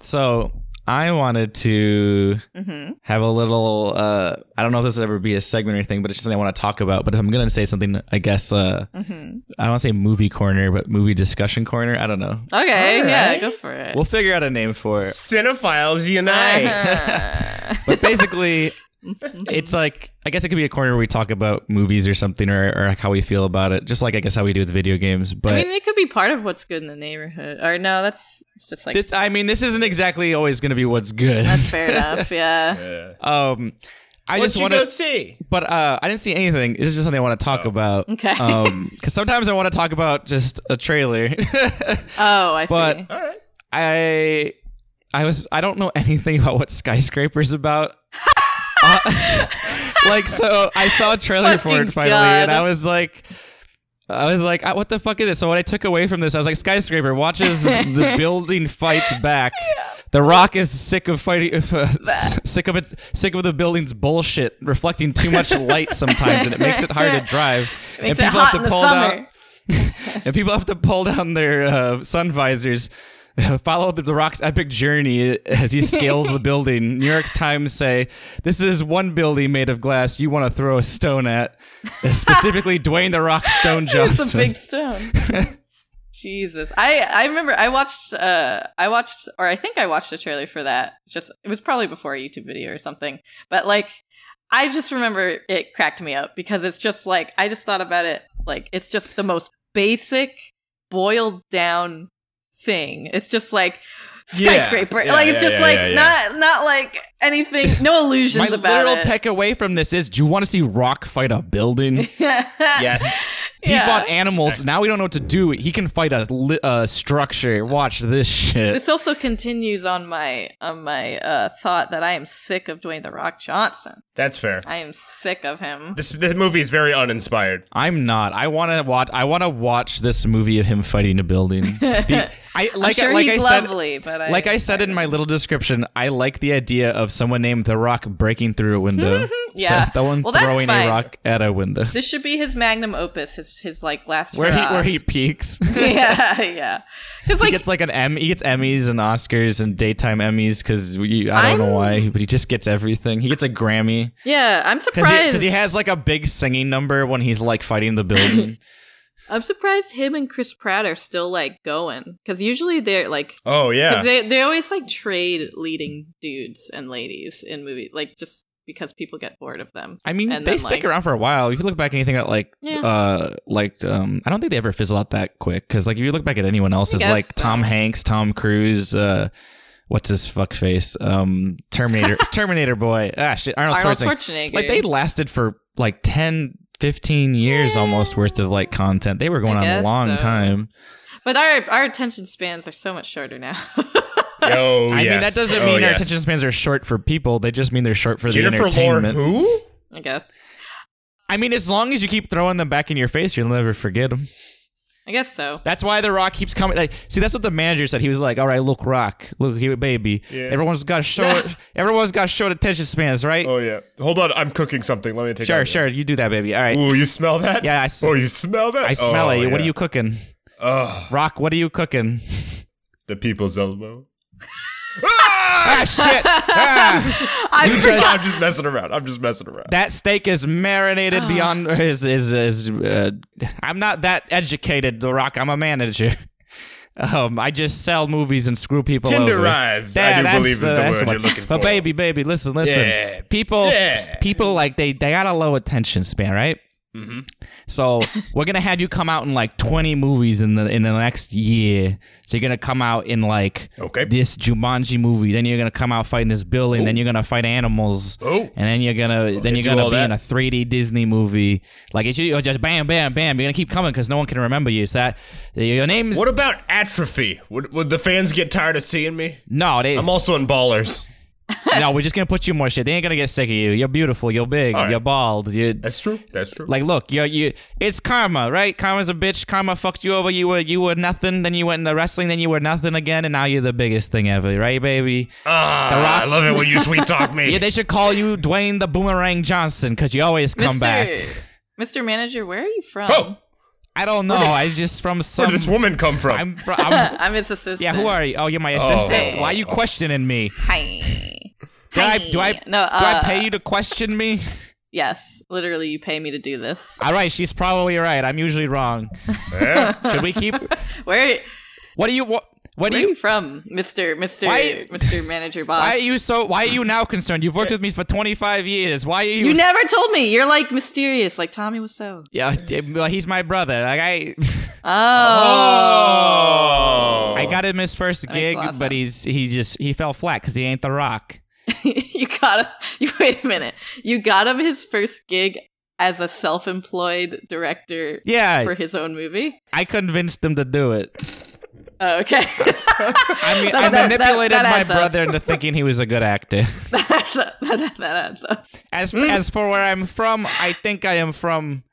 so I wanted to Mm-hmm. have a little. Uh, I don't know if this will ever be a segment or anything, but it's just something I want to talk about. But if I'm gonna say something, I guess uh, Mm-hmm. I don't want to say movie corner, but movie discussion corner. I don't know. Okay. All Yeah. right. Go for it. We'll figure out a name for it. Cinephiles unite. But basically, it's like I guess it could be a corner where we talk about movies or something, or, or like how we feel about it. Just like I guess how we do with video games. But I mean, it could be part of what's good in the neighborhood. Or no, that's it's just like this, I mean, this isn't exactly always going to be what's good. that's fair enough. Yeah. Um, I What'd just you want to, go Oh. see? but uh, I didn't see anything. This is just something I want to talk about. Okay. Um, because sometimes I want to talk about just a trailer. Oh, I see. But- All right. I, I was, I don't know anything about what skyscrapers about. Uh, like so, I saw a trailer for Fucking it finally, God. and I was like. I was like, "Ah, what the fuck is this? So what I took away from this, I was like, skyscraper watches the building fights back. The Rock is sick of fighting, if, uh, s- sick of it, sick of the building's bullshit reflecting too much light sometimes, and it makes it hard to drive. Makes and it people hot have to in the pull summer. down, and people have to pull down their uh, sun visors. Follow the, the Rock's epic journey as he scales the building. New York's Times say, "This is one building made of glass you want to throw a stone at." Specifically, Dwayne the Rock Stone Johnson. It's a big stone. Jesus. I I remember I watched uh I watched or I think I watched a trailer for that. Just it was probably before a YouTube video or something. But like I just remember it cracked me up because it's just like I just thought about it like it's just the most basic boiled down thing. It's just like Yeah. skyscraper. Yeah, like it's yeah, just yeah, like yeah, yeah. not not like anything no My illusions about literal it. takeaway from this is: Do you want to see Rock fight a building? Yes. He Yeah. fought animals. Now we don't know what to do. He can fight a, li- a structure. Watch this shit. This also continues on my on my uh, thought that I am sick of Dwayne the Rock Johnson. That's fair. I am sick of him. This this movie is very uninspired. I'm not. I want to watch. I want to watch this movie of him fighting a building. Be- I I'm like. sure like he's I said, lovely, but I, like I said in my little description, I like the idea of someone named The Rock breaking through a window. So Yeah. the one Well, that's throwing fine. a rock at a window. this should be his magnum opus, his his like last Where he hurrah. where he peaks. yeah, yeah. Because he like gets like an Emmy. He gets Emmys and Oscars and daytime Emmys because I don't know I'm- why, but he just gets everything. He gets a Grammy yeah, I'm because surprised he, has like a big singing number when he's like fighting the building. I'm surprised him and Chris Pratt are still like going because usually they're like Oh yeah. because they they always like trade leading dudes and ladies in movies like just because people get bored of them. I mean, And they then, stick like- around for a while. If you look back at anything at like, Yeah. uh, like, um, I don't think they ever fizzle out that quick. Because like, if you look back at anyone else, I it's guess like so. Tom Hanks, Tom Cruise, uh, what's his fuck face, um, Terminator, Terminator boy, ah shit, Arnold, Arnold Schwarzenegger. Schwarzenegger, Like they lasted for like 10, 15 years almost worth of like content. They were going I on a guess long so. time. but our our attention spans are so much shorter now. oh I mean, that yes. doesn't Oh, mean our yes. attention spans are short for people. They just mean they're short for the Jennifer Lore entertainment. who? I guess. I mean, as long as you keep throwing them back in your face, you'll never forget them. I guess so. That's why The Rock keeps coming. Like, see, that's what the manager said. He was like, "All right, look, Rock, look, here, baby. Everyone's got short. everyone's got short attention spans, right? Oh yeah. Hold on, I'm cooking something. Let me take. sure, out- sure. You do that, baby. All right. Ooh, you smell that? Yeah, I s- oh, you smell that? I smell Oh, it. What yeah. are you cooking, Ugh, Rock? What are you cooking? the people's elbow. ah, shit. Ah, I forgot. I'm just messing around. I'm just messing around. that steak is marinated Ah. beyond. Is is is. Uh, I'm not that educated, The Rock. I'm a manager. Um, I just sell movies and screw people over. Tenderize, I do that's believe is the that's word one. you're looking for. But baby, baby, listen, listen. Yeah. People, Yeah. people like they they got a low attention span, right? Mm-hmm. So we're gonna have you come out in like 20 movies in the in the next year. So you're gonna come out in like Okay. this Jumanji movie. Then you're gonna come out fighting this building. Then you're gonna fight animals. Ooh. And then you're gonna then you you're do all gonna be that. in a 3D Disney movie. Like it's you just bam, bam, bam. You're gonna keep coming because no one can remember you. It's that your name is What about atrophy? Would, would the fans get tired of seeing me? no. They, I'm also in ballers. no, we're just gonna put you in more shit. They ain't gonna get sick of you. You're beautiful. You're big. right. You're bald. You That's true. That's true. like look. You're you. It's karma, right? Karma's a bitch. Karma fucked you over. You were you were nothing. Then you went into wrestling. Then you were nothing again. And now you're the biggest thing ever, right, baby? ah, I love it when you sweet talk me. yeah, they should call you Dwayne the Boomerang Johnson because you always come Mr. back. Mr. Manager, where are you from? oh, I don't know. I just from where some. did this woman come from? um, I'm, fr- I'm I'm his assistant. yeah. Who are you? Oh, you're my assistant. Oh. Why are you questioning me? Hi. Do I Hi. do I no? do I uh, pay you to question me? Yes, literally, you pay me to do this. All right, she's probably right. I'm usually wrong. Should we keep? Where, What do you what? What do where are you? you from, Mister Mister Why- Mister Manager Boss? Why are you so? Why are you now concerned? You've worked with me for 25 years. Why are you? You never told me. You're like mysterious, like Tommy was so. yeah, yeah, well, he's my brother. Like I, oh. I got him his first makes a gig, lot of but he's he just he fell flat because he ain't the Rock. you got him. You wait a minute. You got him his first gig as a self-employed director. Yeah. for his own movie. I convinced him to do it. Oh, okay, I mean, That- I that- that- manipulated that adds my up. brother into thinking he was a good actor. that's a, that, that, that adds up. As as for where I'm from, I think I am from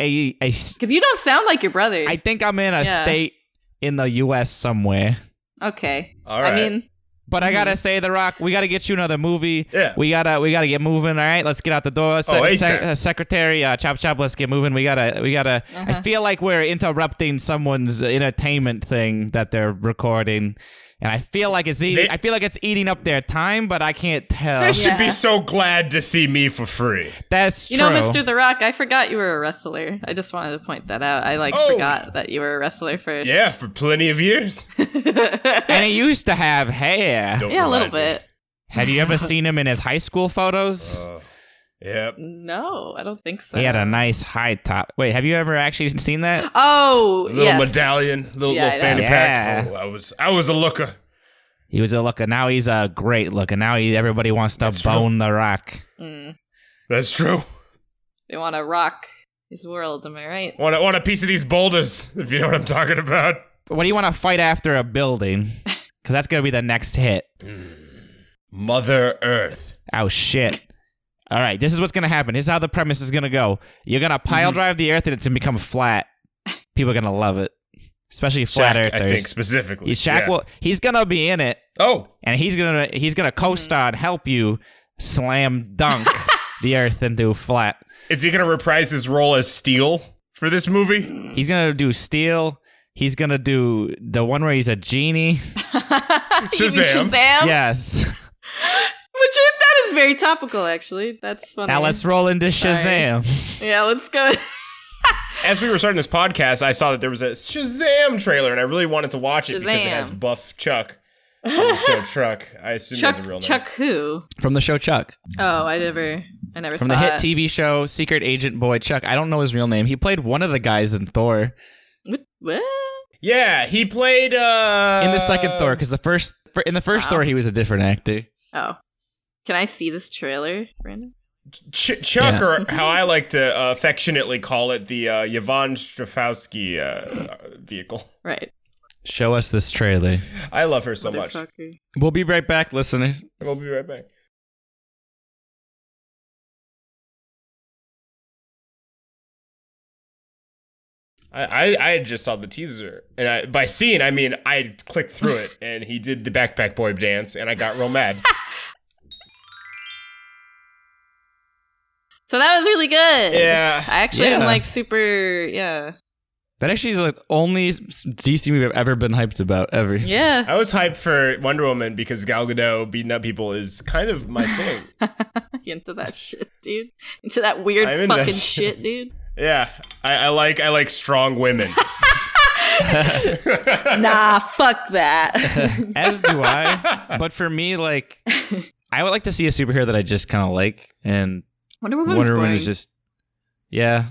a a. s- Because you don't sound like your brother. I think I'm in a Yeah. state in the U.S. somewhere. okay, All I right. mean, But I gotta say, The Rock, we gotta get you another movie. Yeah. We gotta we gotta get moving. All right, let's get out the door. Se- Oh, se- ASAP. uh, secretary, uh, chop chop, let's get moving. We gotta we gotta. I feel like we're interrupting someone's entertainment thing that they're recording, and I feel like it's eating. They- I feel like it's eating up their time, but I can't tell. They should be Yeah. so glad to see me for free. That's you true. know, Mr. The Rock. I forgot you were a wrestler. I just wanted to point that out. I like Oh. forgot that you were a wrestler first. Yeah, for plenty of years. and he used to have hair. Don't yeah, a little remind me. bit. Have you ever seen him in his high school photos? Uh, Yep. No, I don't think Oh, so. he had a nice high top. Wait, have you ever actually seen that? Oh, Little yes. medallion, little, Yeah, little I fanny know. pack. Yeah. Oh, I was I was a looker. He was a looker. Now he's a great looker. Now he everybody wants to That's true. bone the rock. That's true. Mm. They want to rock his world. Am I right? Want a, want a piece of these boulders, if you know what I'm talking about. What do you want to fight after a building? Because that's gonna be the next hit. Mother Earth. Oh shit! all right, this is what's going to happen. This is how the premise is going to go. You're going to pile Mm-hmm. drive the earth and it's going to become flat. People are going to love it, especially flat Shaq, earthers. I think specifically. You- Shaq Yeah. will, he's going to be in it Oh, and he's going to he's going to co-star and help you slam dunk the earth into flat. is he going to reprise his role as Steel for this movie? He's going to do steel. He's going to do the one where he's a genie. You mean Shazam. Shazam? Yes. Which is, that is very topical, actually. That's funny. Now let's roll into Shazam. yeah, let's go. As we were starting this podcast, I saw that there was a Shazam trailer, and I really wanted to watch it because it Shazam. has Buff Chuck. on the show Truck. I assume Chuck. that's a real name. Chuck who? From the show Chuck. Oh, I never. I never From saw the hit it. TV show Secret Agent Boy Chuck. I don't know his real name. He played one of the guys in Thor. What? what? Yeah, he played uh In the second Thor, because the first for, in the first Wow. Thor he was a different actor. Oh, can I see this trailer, Brandon? Ch- Chuck, Yeah. or how Mm-hmm. I like to uh, affectionately call it, the uh, Yvonne Strafowski uh, vehicle. Right. Show us this trailer. I love her so much. Motherfucker. We'll be right back, listeners. We'll be right back. I, I, I just saw the teaser, and I, by seeing I mean I clicked through it, and he did the backpack boy dance, and I got real mad. So that was really good. yeah, I actually am Yeah. like super. Yeah. That actually is like the only s- DC movie I've ever been hyped about ever. Yeah. I was hyped for Wonder Woman because Gal Gadot beating up people is kind of my thing. Into that shit, dude. Into that weird I'm into that fucking shit. shit, dude. Yeah, I, I like I like strong women. Nah, fuck that. As do I. But for me, like I would like to see a superhero that I just kinda like. And Wonder Woman. Wonder was Woman boring. is just Yeah.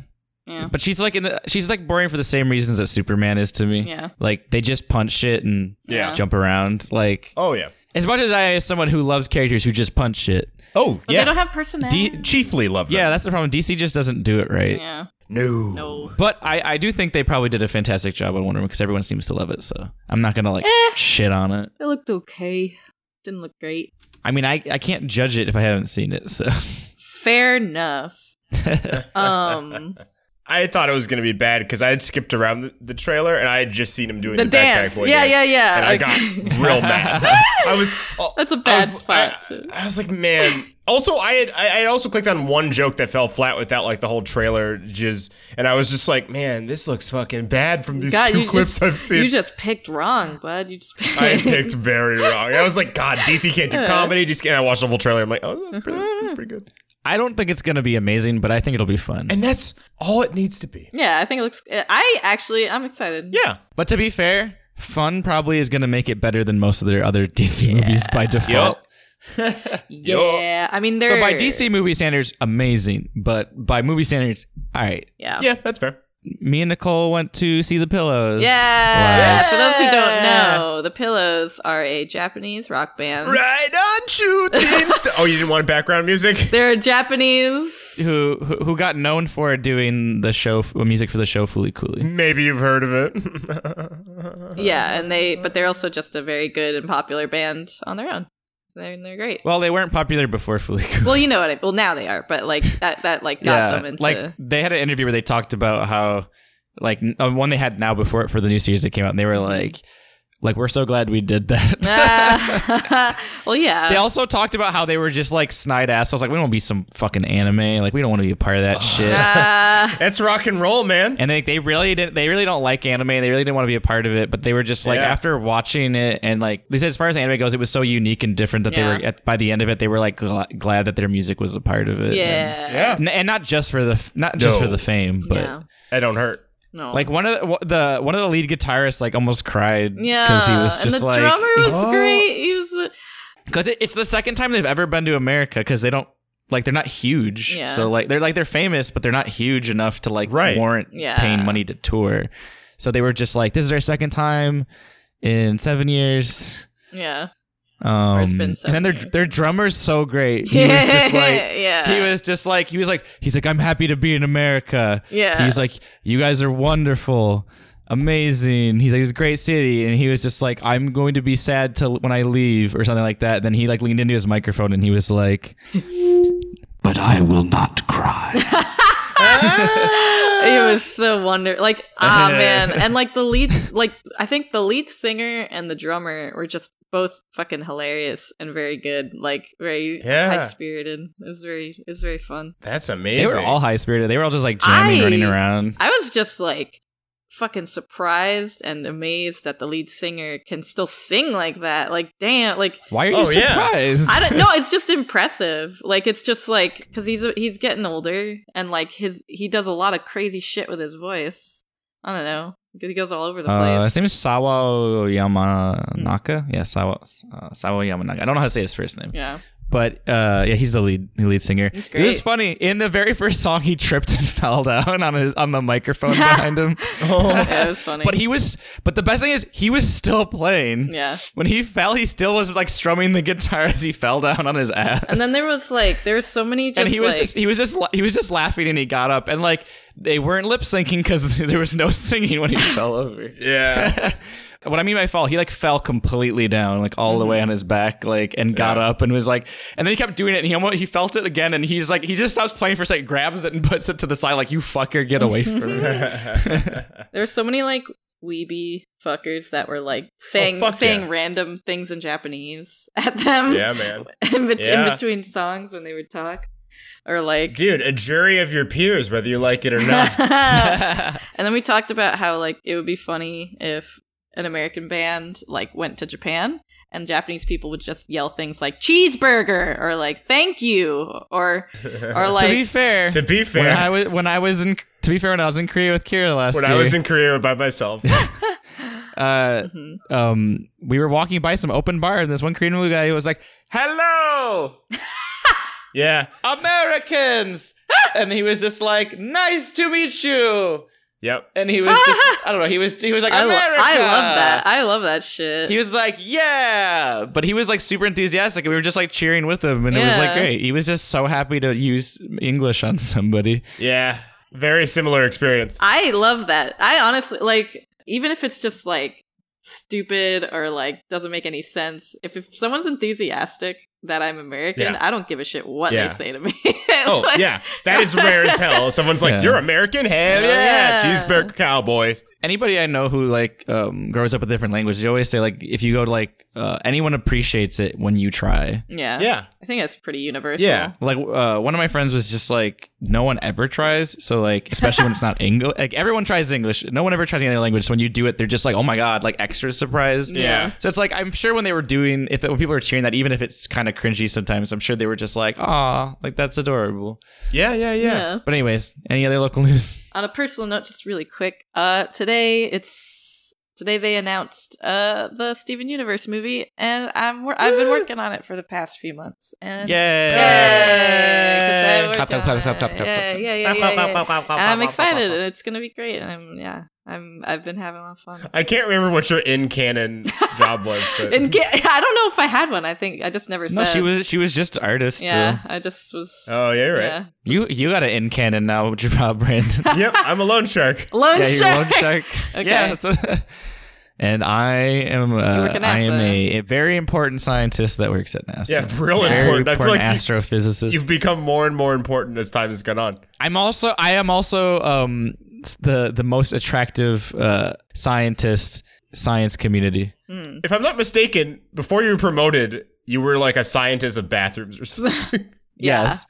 Yeah. But she's like in the she's like boring for the same reasons that Superman is to me. Yeah. Like they just punch shit and Yeah. jump around. Like oh yeah. As much as I am someone who loves characters who just punch shit. Oh But they don't have personality. D- Chiefly love. yeah, that's the problem. DC just doesn't do it right. yeah. No. No. But I, I do think they probably did a fantastic job on Wonder Woman because everyone seems to love it. So I'm not gonna like Eh. shit on it. It looked okay. Didn't look great. I mean, I, I can't judge it if I haven't seen it. So Fair enough. um, I thought it was gonna be bad because I had skipped around the, the trailer and I had just seen him doing The the, dance. backpack boy Yeah, dance, yeah, yeah. And Like- I got real mad. I was. oh, That's a I bad was- spot I, to- I was like, man. Also, I had I I had also clicked on one joke that fell flat without like the whole trailer jizz, and I was just like, man, this looks fucking bad from these God, two you clips just, I've seen. You just picked wrong, bud. You just picked. I picked very wrong. I was like, God, DC can't do comedy. DC can't. I watched the full trailer. I'm like, oh, that's pretty, Mm-hmm. pretty good. I don't think it's gonna be amazing, but I think it'll be fun. And that's all it needs to be. yeah, I think it looks. I actually, I'm excited. Yeah. But to be fair, fun probably is gonna make it better than most of their other DC movies by default. Yeah, I mean, they're So by DC movie standards, amazing. But by movie standards, all right. Yeah. Yeah, that's fair. Me and Nicole went to see the Pillows. Yeah. Wow. For those who don't know, the Pillows are a Japanese rock band. Right on shooting. St- oh, you didn't want background music? They're a Japanese. who who who got known for doing the show music for the show Foolie Cooley. Maybe you've heard of it. Yeah, and they, but they're also just a very good and popular band on their own. They're, they're great. Well, they weren't popular before Foolie Cooley. Well, you know what I. Well, now they are, but like that, that like got them into. like they had an interview where they talked about how like n- uh, one they had now before it for the new series that came out, and they were like, like we're so glad we did that. Ah. well, yeah. They also talked about how they were just like snide assholes. Like we don't want to be some fucking anime. Like we don't want to be a part of that shit. Ah, that's rock and roll, man. and they, they really didn't they really don't like anime and they really didn't want to be a part of it but they were just like Yeah. after watching it and like they said as far as anime goes it was so unique and different that Yeah. they were at, by the end of it they were like gl- glad that their music was a part of it yeah. Yeah. and, and not just for the f- not just No. for the fame but Yeah. That don't hurt. No. like one of the, wh- the one of the lead guitarists like almost cried yeah. because he was and just the like "Oh." drummer was great. He was. uh, because it, it's the second time they've ever been to America because they don't like they're not huge Yeah. so like they're like they're famous but they're not huge enough to like Right. warrant Yeah. paying money to tour so they were just like this is our second time in seven years Yeah. um it's been and seven then their years. their drummer's so great he was just like Yeah. he was just like he was like he's like i'm happy to be in america Yeah. he's like you guys are wonderful amazing he's like it's a great city and he was just like i'm going to be sad till when i leave or something like that then he like leaned into his microphone and he was like but I will not cry. it was so wonder like ah man and like the lead like i think the lead singer and the drummer were just both fucking hilarious and very good like very Yeah. high spirited it was very it was very fun That's They amazing. were all high spirited. They were all just like jamming, I- running around. i was just like fucking surprised and amazed that the lead singer can still sing like that like damn like Why are you Oh, yeah. surprised? I don't know. It's just impressive. Like it's just like because he's he's getting older and like his he does a lot of crazy shit with his voice. I don't know. He goes all over the Uh, place. his name is Sawa Yamanaka. Yeah, Sawa uh, Sawa Yamanaka. I don't know how to say his first name, Yeah. but uh, yeah, he's the lead the lead singer. He's It was great. funny. In the very first song, he tripped and fell down on his on the microphone behind him. Yeah, it was funny. But he was. But the best thing is, he was still playing. Yeah. When he fell, he still was like strumming the guitar as he fell down on his ass. and then there was like there was so many just and he was like- just he was just la- he was just laughing and he got up and like they weren't lip syncing because there was no singing when he fell over. yeah. What I mean by fall, he like fell completely down, like all the way Mm-hmm. on his back, like and got up and was like, and then he kept doing it and he almost he felt it again and he's like he just stops playing for a second, grabs it and puts it to the side like you fucker get away from me. there were so many like weeby fuckers that were like Oh, saying fuck saying yeah. random things in Japanese at them. Yeah, man. in, bet- in Yeah. between songs when they would talk or like Dude, a jury of your peers, whether you like it or not. And then we talked about how like it would be funny if an American band like went to Japan and Japanese people would just yell things like cheeseburger or like thank you or or to be like fair, to be when I fair, was when I was in to be fair when I was in Korea with Kira last when year, I was in Korea by myself, uh, um, we were walking by some open bar and this one Korean guy was like, "Hello." yeah, Americans. and he was just like, nice to meet you. yep, And he was just, I don't know, he was, he was like, I, lo- America. I love that. I love that shit. He was like, yeah. But he was like super enthusiastic and we were just like cheering with him. And it was like, Yeah. great. He was just so happy to use English on somebody. yeah. Very similar experience. I love that. I honestly like even if it's just like stupid or like doesn't make any sense. If, if someone's enthusiastic that I'm American, Yeah. I don't give a shit what Yeah. they say to me. Oh Like, yeah, that is rare as hell. Someone's like, Yeah. "You're American, hell yeah, Yeah. cheeseburger cowboy." Anybody I know who like um, grows up with different languages, they always say like, if you go to like, uh, anyone appreciates it when you try. Yeah. Yeah, I think that's pretty universal. Yeah. like uh, one of my friends was just like no one ever tries so like especially when it's not english like everyone tries english no one ever tries any other language so when you do it they're just like oh my god like extra surprised Yeah. so it's like i'm sure when they were doing if when people were cheering that even if it's kind of cringy sometimes i'm sure they were just like ah like that's adorable yeah, yeah, yeah. yeah. but anyways any other local news on a personal note, just really quick. Uh, today it's today they announced uh the Steven Universe movie, and I'm wor- I've been working on it for the past few months. And yeah Yay! 'Cause I Clap, worked clap, on clap, clap, clap, it. clap, Yeah, clap. yeah, yeah, yeah, yeah. And I'm excited, and it's gonna be great. And I'm yeah, I'm I've been having a lot of fun. I can't remember what your in canon job was, but And get, I don't know if I had one. I think I just never no said. she was she was just artist Yeah, too. I just was. oh yeah, you're Yeah. right. you you got an in canon now rob brandon yep, I'm a loan shark. Loan yeah, you're shark. Lone Shark. Okay. Yeah. That's a, and I am uh, work at I am NASA. a, a very important scientist that works at NASA. Yeah, real Very important. I feel like you- astrophysicist. You've become more and more important as time has gone on. I'm also I am also um s- the the most attractive uh scientist science community. If I'm not mistaken, before you were promoted, you were like a scientist of bathrooms or something. Yeah. Yes.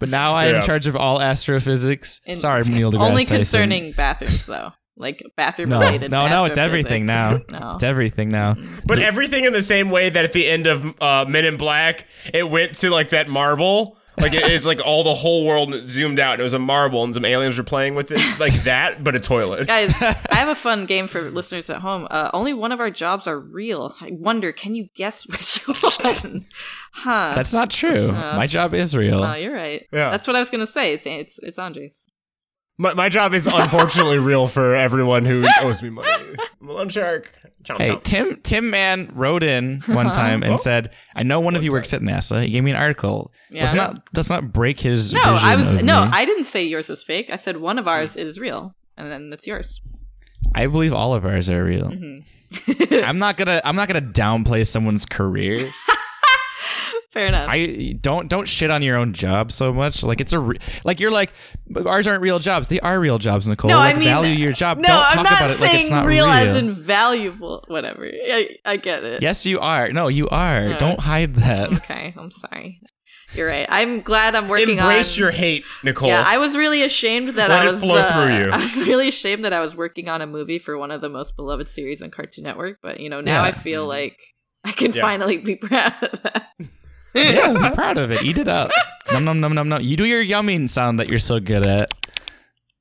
But now I am Yeah. in charge of all astrophysics. And Sorry, Neil deGrasse Only Tyson. concerning bathrooms, though. Like bathroom No, related. no, no, it's everything now. No. It's everything now. but everything in the same way that at the end of uh, Men in Black, it went to like that marble. Like it- it's like all the whole world zoomed out and it was a marble and some aliens were playing with it like that, but a toilet. Guys, I have a fun game for listeners at home. Uh, only one of our jobs are real. I wonder, can you guess which one? Huh? That's not true. My job is real. Oh, you're right. Yeah. That's what I was gonna say. It's it's it's Andres. My, my job is unfortunately real for everyone who owes me money. I'm a loan shark. Chomp, Hey, chomp. Tim Tim Man wrote in Uh-huh. one time and said, "I know one of you works at NASA. He gave me an article. Let's Yeah. not let's not break his No, I vision was of no, me. I didn't say yours was fake. I said one of ours is real, and then that's yours. I believe all of ours are real. Mm-hmm. I'm not gonna I'm not gonna downplay someone's career. Fair enough. I don't don't shit on your own job so much. Like it's a re- like you're like "But ours aren't real jobs. They are real jobs, Nicole. no, like, I mean value your job. No, don't talk I'm not about it saying like it's not real, real. as in valuable. Whatever. I, I get it. yes, you are. No, you are. No. Don't hide that. Okay. I'm sorry. You're right. I'm glad I'm working Embrace on. your hate, Nicole. Yeah, I was really ashamed that Let I it was. flow uh, through you. I was really ashamed that I was working on a movie for one of the most beloved series on Cartoon Network. But you know, now Yeah. I feel like I can Yeah. finally be proud of that. yeah, be proud of it. Eat it up. Nom nom nom nom nom. You do your yumming sound that you're so good at.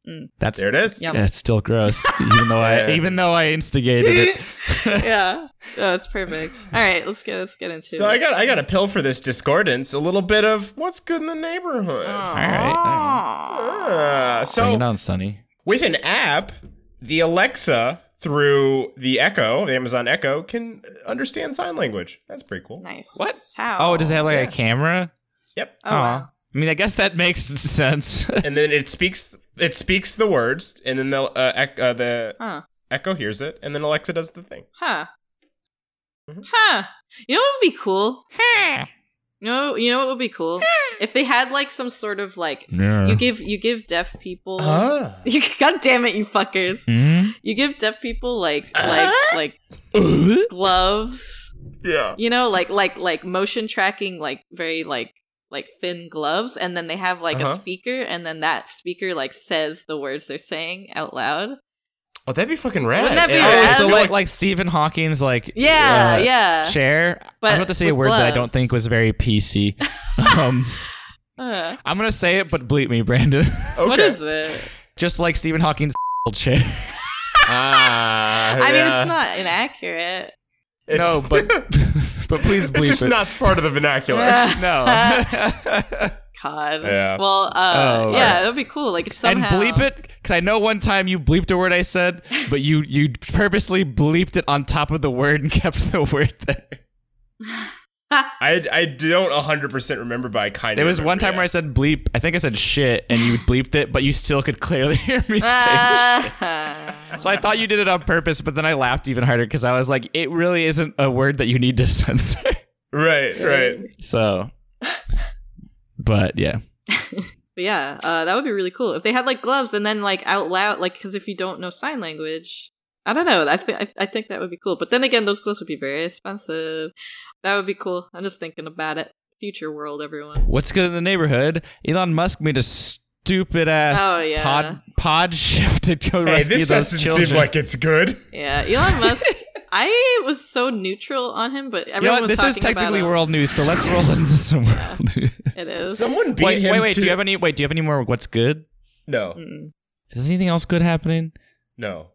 Mm. That's there it is. Yum. Yeah, it's still gross, even though I Yeah. even though I instigated it. yeah, that was perfect. All right, let's get let's get into So I it. got I got a pill for this discordance. A little bit of what's good in the neighborhood. Oh. All right, all right. Ah, Bring so it on, Sonny. with an app, the Alexa through the Echo, the Amazon Echo, can understand sign language. That's pretty cool. Nice. What? How? Oh, does it have like a camera? Yep. Oh, wow. I mean, I guess that makes sense. and then it speaks it speaks the words, and then the uh, ec- uh, the Huh. Echo hears it, and then Alexa does the thing. Huh. Mm-hmm. Huh. You know what would be cool? You know, you know what would be cool? if they had like some sort of like Yeah. you give you give deaf people Ah. you, God damn it, you fuckers. Mhm. You give deaf people like like like gloves. Yeah. You know, like like like motion tracking like very like like thin gloves and then they have like a Uh-huh. speaker and then that speaker like says the words they're saying out loud. Oh, that'd be fucking rad. Wouldn't that be Yeah. rad? Oh, so Yeah. like like Stephen Hawking's like Yeah, uh, yeah. chair. I But was about to say a with word that I don't gloves. think was very PC. um, Uh, I'm gonna say it, but bleep me, Brandon. Okay. What is it? Just like Stephen Hawking's chair. Ah, I mean, yeah. it's not inaccurate. It's- No, but but please bleep it's just it. not part of the vernacular. no. God. Yeah. Well, uh, Oh, yeah, alright. that'd be cool. Like if and somehow bleep it because I know one time you bleeped a word I said, but you you purposely bleeped it on top of the word and kept the word there. I, I don't 100% remember, but I kind of. There was one time where I said bleep. I think I said shit, and you bleeped it, but you still could clearly hear me say. Ah. So I thought you did it on purpose, but then I laughed even harder because I was like, it really isn't a word that you need to censor. Right, right. So, but yeah, but yeah, uh, that would be really cool if they had like gloves and then like out loud, like because if you don't know sign language, I don't know. I think I think that would be cool. But then again, those gloves would be very expensive. That would be cool. I'm just thinking about it. Future world, everyone. what's good in the neighborhood? Elon Musk made a stupid ass Oh, yeah. pod pod shift to go Hey, rescue this those doesn't children. seem like it's good. Yeah, Elon Musk. I was so neutral on him, but you know everyone what? was This is talking about technically him. world uh, news, so let's roll into some world news. It is. Someone beat Wait, him. wait, wait. to- Do you have any? Wait, do you have any more? What's good? No, Mm. Is anything else good happening? no.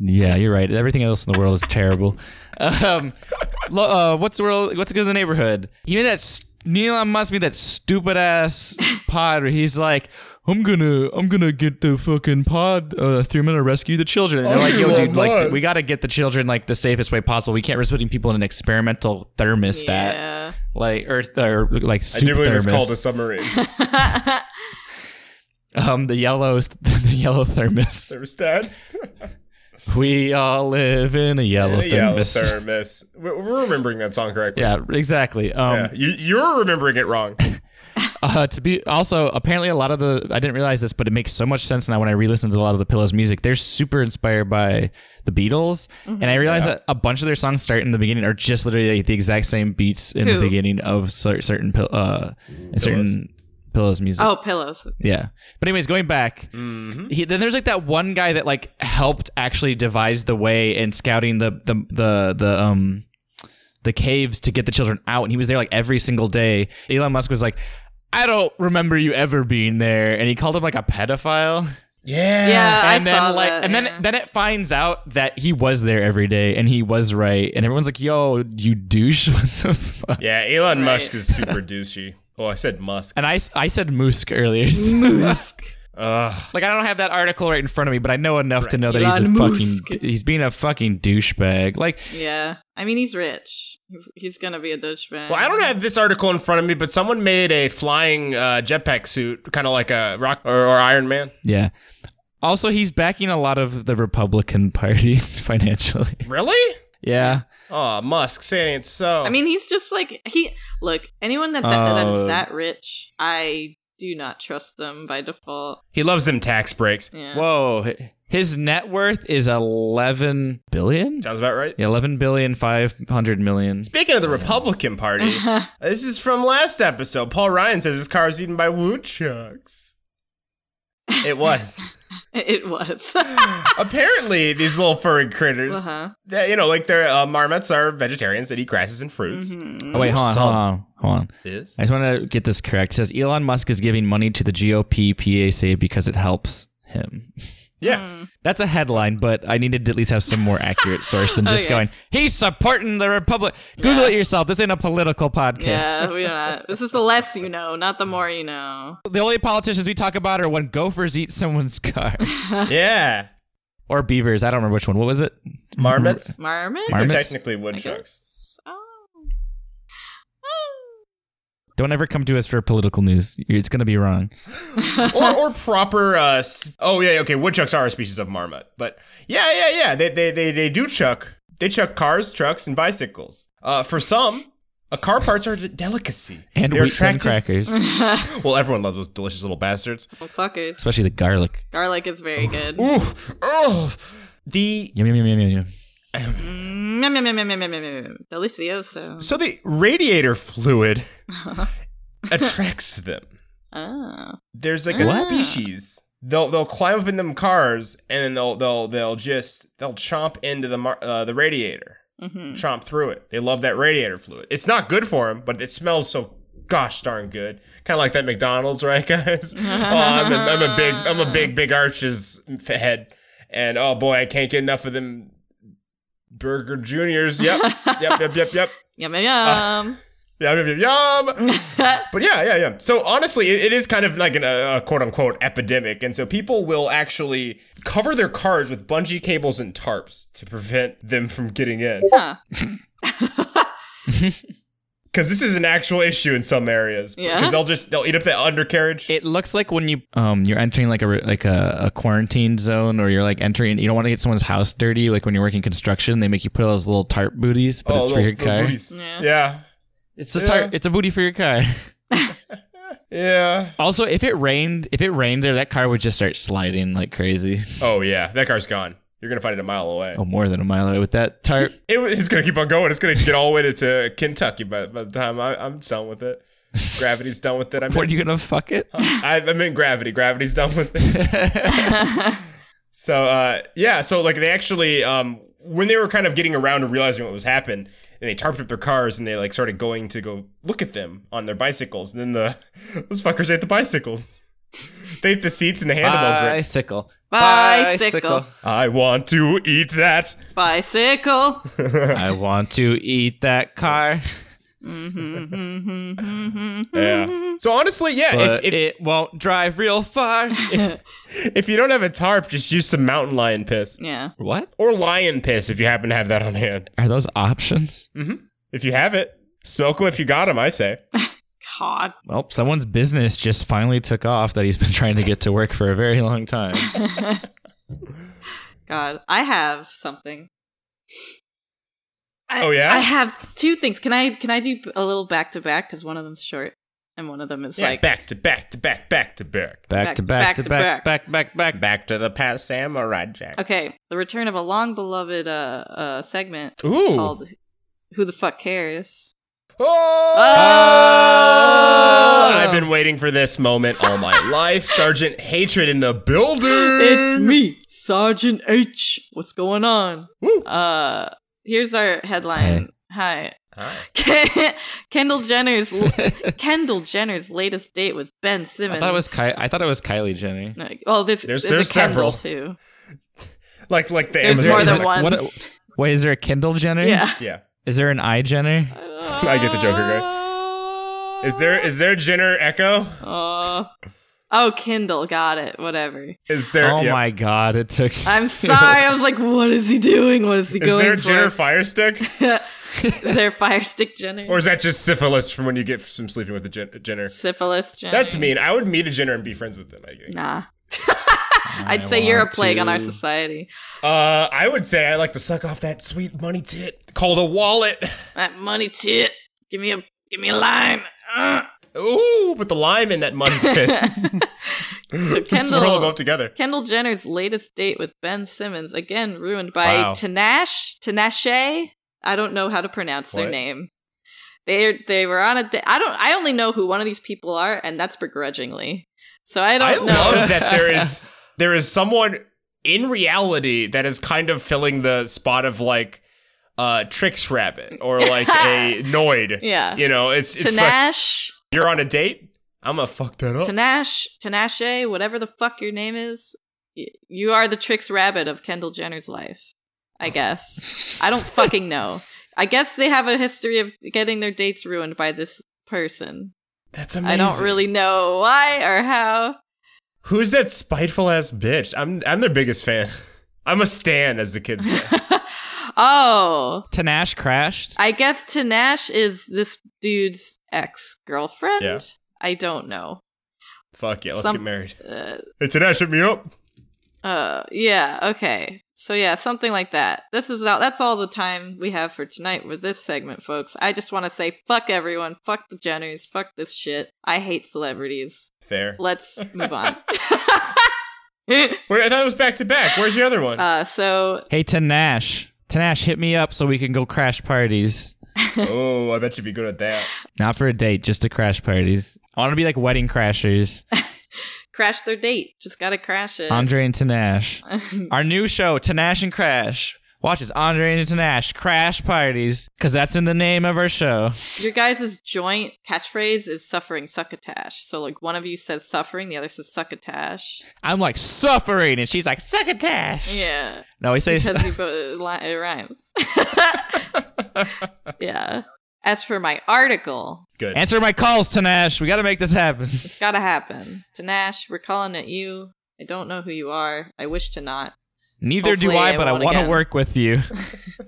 Yeah, you're right. Everything else in the world is terrible. Um, lo- uh, what's the world? What's good in the neighborhood? He made that. St- Elon Musk made that stupid ass pod where he's like, "I'm gonna, I'm gonna get the fucking pod uh, through. I'm gonna rescue the children." And they're like, "Yo, Oh, Elon dude, like, Musk. we gotta get the children like the safest way possible. We can't risk putting people in an experimental thermostat, Yeah. like Earth or like I soup do believe it's called a thermos. submarine. um, the yellow, the yellow thermos. Thermostat. We all live in a yellow A yellow thermos. thermos. We're we're remembering that song correctly. Yeah, exactly. Um, Yeah. You, you're remembering it wrong. Uh, to be also apparently a lot of the I didn't realize this, but it makes so much sense now when I re-listen to a lot of the Pillows music. They're super inspired by the Beatles, and I realized that a bunch of their songs start in the beginning are just literally like the exact same beats in Who? the beginning of cer- certain pill uh in certain Pillows music. Oh, pillows. Yeah, but anyways, going back, Mm-hmm. he, then there's like that one guy that like helped actually devise the way and scouting the the the the um the caves to get the children out, and he was there like every single day. Elon Musk was like, "I don't remember you ever being there," and he called him like a pedophile. Yeah. Yeah, I and then saw like, that. and then yeah. then it finds out that he was there every day, and he was right, and everyone's like, "Yo, you douche!" What the fuck? Yeah, Elon Right. Musk is super douchey. Oh, I said Musk. And I, s- I said Musk earlier. so- Ugh. Like I don't have that article right in front of me, but I know enough to know that he's a Elon fucking Musk. he's being a fucking douchebag. Like Yeah, I mean he's rich. He's gonna be a douchebag. Well, I don't have this article in front of me, but someone made a flying uh, jetpack suit, kind of like a rock or, or Iron Man. yeah. Also, he's backing a lot of the Republican Party financially. Really? Yeah. Oh, Musk, say it ain't so. I mean, he's just like he. Look, anyone that that, that Oh. is that rich, I do not trust them by default. he loves them tax breaks. Yeah. Whoa, h- his net worth is eleven billion. Sounds about right. Eleven billion five hundred million. Speaking of the Republican Party, this is from last episode. Paul Ryan says his car was eaten by woodchucks. It was. it was. Apparently, these little furry critters, Uh-huh. that, you know, like their uh, marmots are vegetarians that eat grasses and fruits. Mm-hmm. Oh wait, hold on, hold Some. on, hold on. Is. I just want to get this correct. It says Elon Musk is giving money to the GOP PAC because it helps him. Yeah. That's a headline, but I needed to at least have some more accurate source than just Okay. going, he's supporting the Republic. Google it yourself. This ain't a political podcast. yeah, we not. This is the less you know, not the more you know. The only politicians we talk about are when gophers eat someone's car Hmm. Yeah. or beavers. I don't remember which one. What was it? Marmots? Marmot. They're Marmots? technically woodchucks. Oh. Don't ever come to us for political news. It's going to be wrong. or, or proper. Uh, s- oh yeah, okay. Woodchucks are a species of marmot, but yeah, yeah, yeah. They they they, they do chuck. They chuck cars, trucks, and bicycles. Uh, for some, uh, car parts are a delicacy. And They're wheat thin attracted- crackers, Well, everyone loves those delicious little bastards. Well, fuckers. especially the garlic. Garlic is very good. Ooh, oh. The Yum, yum, yum, yum, yum, yum. Mm, Yum, yum, yum, yum, yum, yum, yum, yum. Delicioso. so the radiator fluid attracts them. Ah. There's like a What? species. They'll they'll climb up in them cars and then they'll they'll they'll just they'll chomp into the mar- uh, the radiator. Mm-hmm. chomp through it. They love that radiator fluid. It's not good for them, but it smells so gosh darn good. Kind of like that McDonald's, right, guys? oh, I'm, a, I'm a big, I'm a big, big arches f- head, and oh boy, I can't get enough of them Burger Juniors. Yep, yep, yep, yep, yep. Yum, yum, Ah. yum. Yum, yum, yum, yum. but yeah, yeah, yeah. So honestly, it, it is kind of like an, a, a quote unquote epidemic. And so people will actually cover their cars with bungee cables and tarps to prevent them from getting in. Huh. Because this is an actual issue in some areas. Yeah. Because they'll just they'll eat up that undercarriage. It looks like when you um you're entering like a re- like a, a quarantine zone or you're like entering you don't want to get someone's house dirty like when you're working construction they make you put all those little tarp booties but Oh, it's for little- your little car. booties. Yeah. Yeah. It's a Yeah. tarp. It's a booty for your car. Yeah. Also, if it rained, if it rained there, that car would just start sliding like crazy. Oh yeah, that car's gone. You're gonna find it a mile away. Oh, more than a mile away with that tarp. It, it's gonna keep on going. It's gonna get all the way to, to Kentucky by, by the time I, I'm done with it. Gravity's done with it. I'm What in, are you gonna fuck it? I, I'm in gravity. Gravity's done with it. so uh, yeah, so like they actually um, when they were kind of getting around and realizing what was happening, and they tarped up their cars and they like started going to go look at them on their bicycles, and then the those fuckers ate the bicycles. they ate the seats and the handlebar grips. Bicycle. Bicycle. I want to eat that. Bicycle. I want to eat that car, Yeah. So honestly, yeah, but if, if, it won't drive real far. if you don't have a tarp, just use some mountain lion piss Yeah. what or lion piss if you happen to have that on hand. are those options? If you have it, smoke them if you got them. I say. God. Well, someone's business just finally took off that he's been trying to get to work for a very long time. God. I have something. I, Oh, yeah? I have two things. Can I can I do a little back to back because one of them's short and one of them is Yeah, like back to back to back back to back. Back, Back- to back, back to to back, back, back. back, back, Back to the past samurai jack. Okay, the return of a long beloved uh, uh segment Ooh. called "Who the Fuck Cares." Oh! I've been waiting for this moment all my life. Sergeant Hatred in the building. It's me, Sergeant H. What's going on? Woo. Uh, here's our headline. Hi. Hi. Kendall Jenner's Kendall Jenner's latest date with Ben Simmons. I thought it was Ky- I thought it was Kylie Jenner. No, well, there's There's- there's, there's a Kendall too. like like the There's Amazon. more Is than it- one. what- Wait, is there a Kindle Jenner? Yeah. yeah. Is there an I Jenner? I get the Joker guy. Is there is there Jenner Echo? Oh. Oh, Kindle, got it. Whatever. Is there oh yeah. my god, it took I'm sorry. I was like, what is he doing? What is he Is going there for? Jenner Firestick? Is there Fire Stick Jenner? Or is that just syphilis from when you get from sleeping with a Jen- Jenner? syphilis Jenner? That's mean. I would meet a Jenner and be friends with them, I think. Nah. I'd say you're a want plague on our to- society. Uh, I would say I like to suck off that sweet money tit. called a wallet. That money tit. Give me a give me a line. Uh. Ugh. Ooh, put the lime in that money tin. so Let's roll them Kendall up together. Kendall Jenner's latest date with Ben Simmons again ruined by Wow. Tanash Tanache. I don't know how to pronounce their What? name. They they were on a da- I don't I only know who one of these people are and that's begrudgingly. So I I don't know. love that there is there is someone in reality that is kind of filling the spot of like uh Tricks Rabbit or like a Noid. Yeah. You know, it's it's like, Tanash you're on a date. I'm gonna fuck that up. Tanash Tanache whatever the fuck your name is. y- You are the tricks rabbit of Kendall Jenner's life. I guess. I don't fucking know. I guess they have a history of getting their dates ruined by this person. That's amazing. I don't really know why or how. Who's that spiteful ass bitch? I'm I'm their biggest fan. I'm a stan, as the kids say. Oh, Tanash crashed. I guess Tanash is this dude's ex girlfriend. Yeah. I don't know. Fuck yeah, let's Some- get married. Uh, Hey, Tanash, hit me up. uh, yeah. Okay. So yeah, something like that. This is all, that's all the time we have for tonight with this segment, folks. I just want to say, fuck everyone, fuck the Jenners, fuck this shit. I hate celebrities. Fair. Let's move on. Where, I thought it was back to back. Where's your other one? uh, so Hey, Tanash. Tanash, hit me up so we can go crash parties. oh, I bet you'd be good at that. Not for a date, just to crash parties. I want to be like wedding crashers. crash their date. Just gotta crash it. Andre and Tanash. Our new show, Tanash and Crash. Watch us, Andre and Tanash, crash parties, because that's in the name of our show. Your guys' joint catchphrase is suffering succotash. So, like, one of you says suffering, the other says succotash. I'm like suffering, and she's like succotash. Yeah. No, we say Because you both, li- it rhymes. yeah. As for my article, Good. answer my calls, Tanash. We got to make this happen. it's gotta happen. Tanash, we're calling at you. I don't know who you are. I wish to not. Neither do Hopefully I, I but I won't want to again. work with you.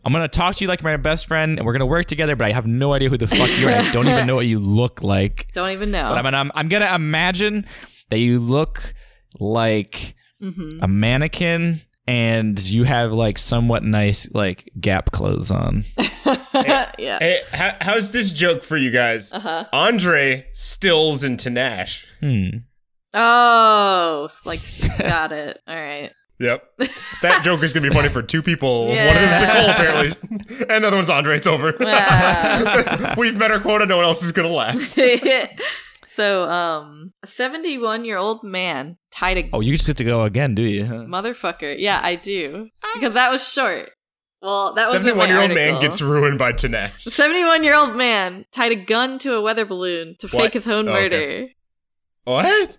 I'm gonna talk to you like my best friend, and we're gonna work together. But I have no idea who the fuck you are. and I don't even know what you look like. Don't even know. But I'm gonna, I'm gonna imagine that you look like Mhm. a mannequin, and you have like somewhat nice like Gap clothes on. yeah. Hey, how, how's this joke for you guys? Uh-huh. Andre stills and Tanash. Hmm. Oh, s- like, got it. All right. Yep. That joke is gonna be funny for two people. One of them's Nicole, apparently, and the other one's Andre. It's over. We've met our quota. No one else is gonna laugh. so, um, a 71 year old man tied a Oh, you just get to go again, do you? Huh? motherfucker. Yeah, I do because that was short. Well, that was Seventy-one-year-old man gets ruined by Tanash. Seventy-one-year-old man tied a gun to a weather balloon to What? fake his own Oh, murder. okay. What?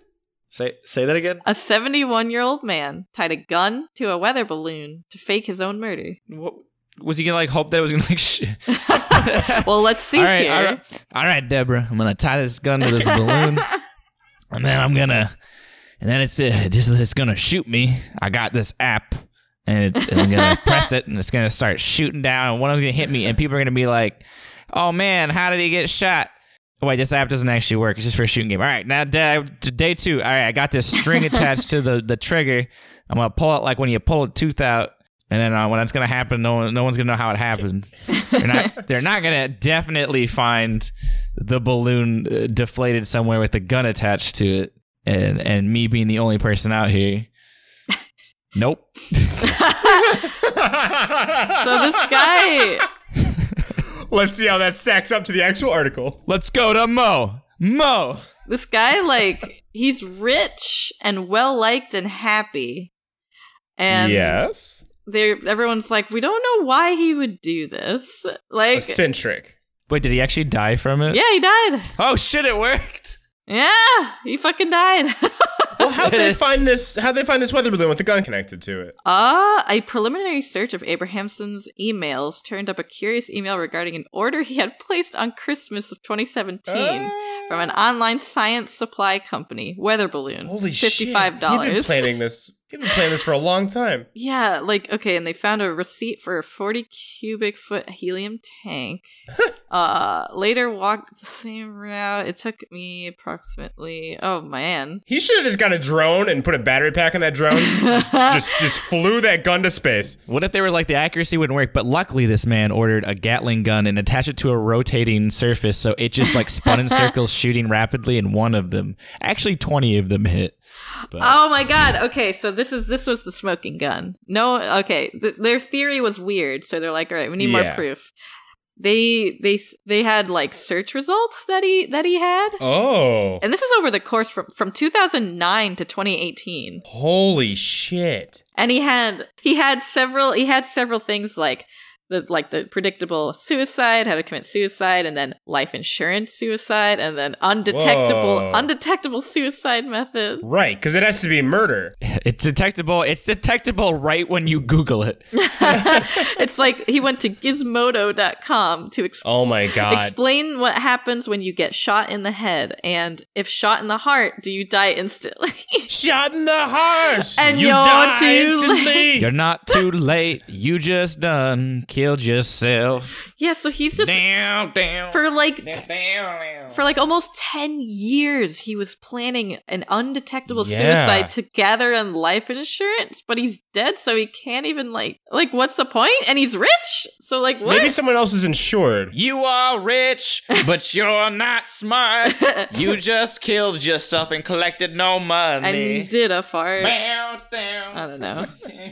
Say say that again. A 71 year old man tied a gun to a weather balloon to fake his own murder. What, was he gonna like hope that it was gonna like? Sh- Well, let's see all right, here. all right, all right, Deborah. I'm gonna tie this gun to this balloon, and then I'm gonna, and then it's uh, just it's gonna shoot me. I got this app, and it's, and I'm gonna press it, and it's gonna start shooting down, and one of them's gonna hit me, and people are gonna be like, "Oh man, how did he get shot?" Oh, wait, this app doesn't actually work. It's just for a shooting game. All right, now day, to day two. All right, I got this string attached to the the trigger. I'm gonna pull it like when you pull a tooth out. And then uh, when that's gonna happen, no one, no one's gonna know how it happened. They're not, they're not gonna definitely find the balloon uh, deflated somewhere with the gun attached to it, and and me being the only person out here. Nope. So this guy, Let's see how that stacks up to the actual article. Let's go to Mo. Mo. this guy, like, he's rich and well liked and happy. And yes. they're, everyone's like, we don't know why he would do this. Like, Eccentric. Wait, did he actually die from it? yeah, he died. Oh shit! It worked. Yeah, he fucking died. Well, how'd they find this? How'd they find this weather balloon with the gun connected to it? Uh, a preliminary search of Abrahamson's emails turned up a curious email regarding an order he had placed on Christmas of 2017 Ah. Uh, from an online science supply company, Weather Balloon. Holy shit! $55. He'd been planning this You've been playing this for a long time. Yeah, like okay, and they found a receipt for a 40 cubic foot helium tank. uh later walked the same route. It took me approximately oh man. He should have just got a drone and put a battery pack in that drone. just, just just flew that gun to space. What if they were like the accuracy wouldn't work? But luckily, this man ordered a Gatling gun and attached it to a rotating surface, so it just like spun in circles, shooting rapidly, and one of them, actually twenty of them, hit. Oh my god. Okay, so this is this was the smoking gun. No, okay. Th- their theory was weird, so they're like, "All right, we need more Yeah. proof." They they s- they had like search results that he that he had. Oh. And this is over the course from from 2009 to 2018. Holy shit. and he had he had several he had several things like the like the predictable suicide how to commit suicide and then life insurance suicide and then undetectable Whoa. undetectable suicide method Right, because it has to be murder. It's detectable. It's detectable right when you Google it. it's like he went to gizmodo.com to explain Oh my god. Explain what happens when you get shot in the head, and if shot in the heart, do you die instantly? Shot in the heart. And you you're die too instantly. You're not too late. You just done killed yourself. yeah, so he's just Down, down. for like for like almost 10 years he was planning an undetectable Yeah. suicide to gather on life insurance but he's dead so he can't even like like what's the point and he's rich so like what Maybe someone else is insured. You are rich, but you're not smart. You just killed yourself and collected no money. and Uh, did a fart Down, down. i don't know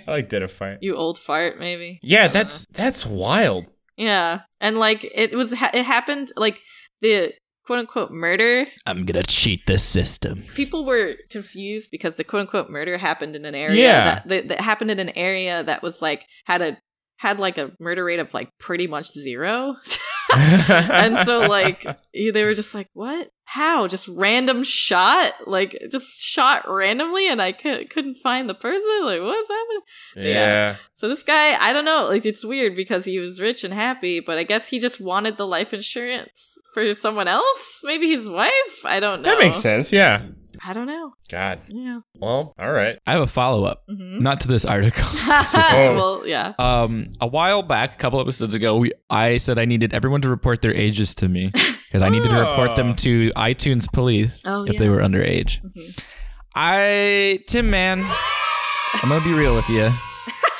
I like that a fight. you old fart maybe Yeah, that's that's wild. yeah and like it was ha- it happened like the quote unquote murder I'm gonna cheat the system. people were confused because the quote unquote murder happened in an area Yeah. that, that, that happened in an area that was like had a had like a murder rate of like pretty much zero and so like yeah, they were just like what how just random shot like just shot randomly and i cou- couldn't find the person like what's happening yeah. so this guy i don't know like it's weird because he was rich and happy but i guess he just wanted the life insurance for someone else maybe his wife i don't know That makes sense. Yeah. i don't know God. yeah Well, all right. I have a follow up, hmm not to this article. well, yeah. um, a while back, a couple episodes ago, we, I said I needed everyone to report their ages to me because I needed to report them to iTunes police Oh, if yeah. Mm-hmm. they were underage. I Tim man, I'm gonna be real with you.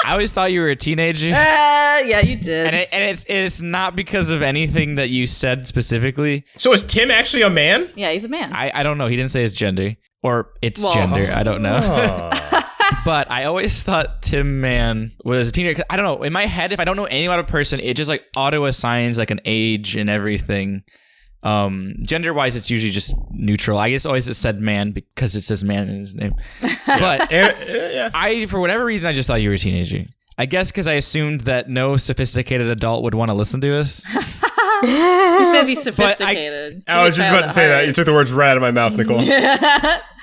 I always thought you were a teenager. Uh, yeah, you did. And, it, and it's it's not because of anything that you said specifically. So is Tim actually a man? yeah, he's a man. I, I don't know. He didn't say his gender or its Well- gender. I don't know. Oh. but I always thought Tim Man was a teenager. 'cause I don't know. In my head, if I don't know anything about a person, it just like auto assigns like an age and everything. Um, gender wise, it's usually just neutral. I guess always it said man because it says man in his name. But Eh, eh, yeah. I, for whatever reason, I just thought you were a teenager. I guess because I assumed that no sophisticated adult would want to listen to us. he says he's I- sophisticated. I was just about to say that. You took the words right out of my mouth, Nicole.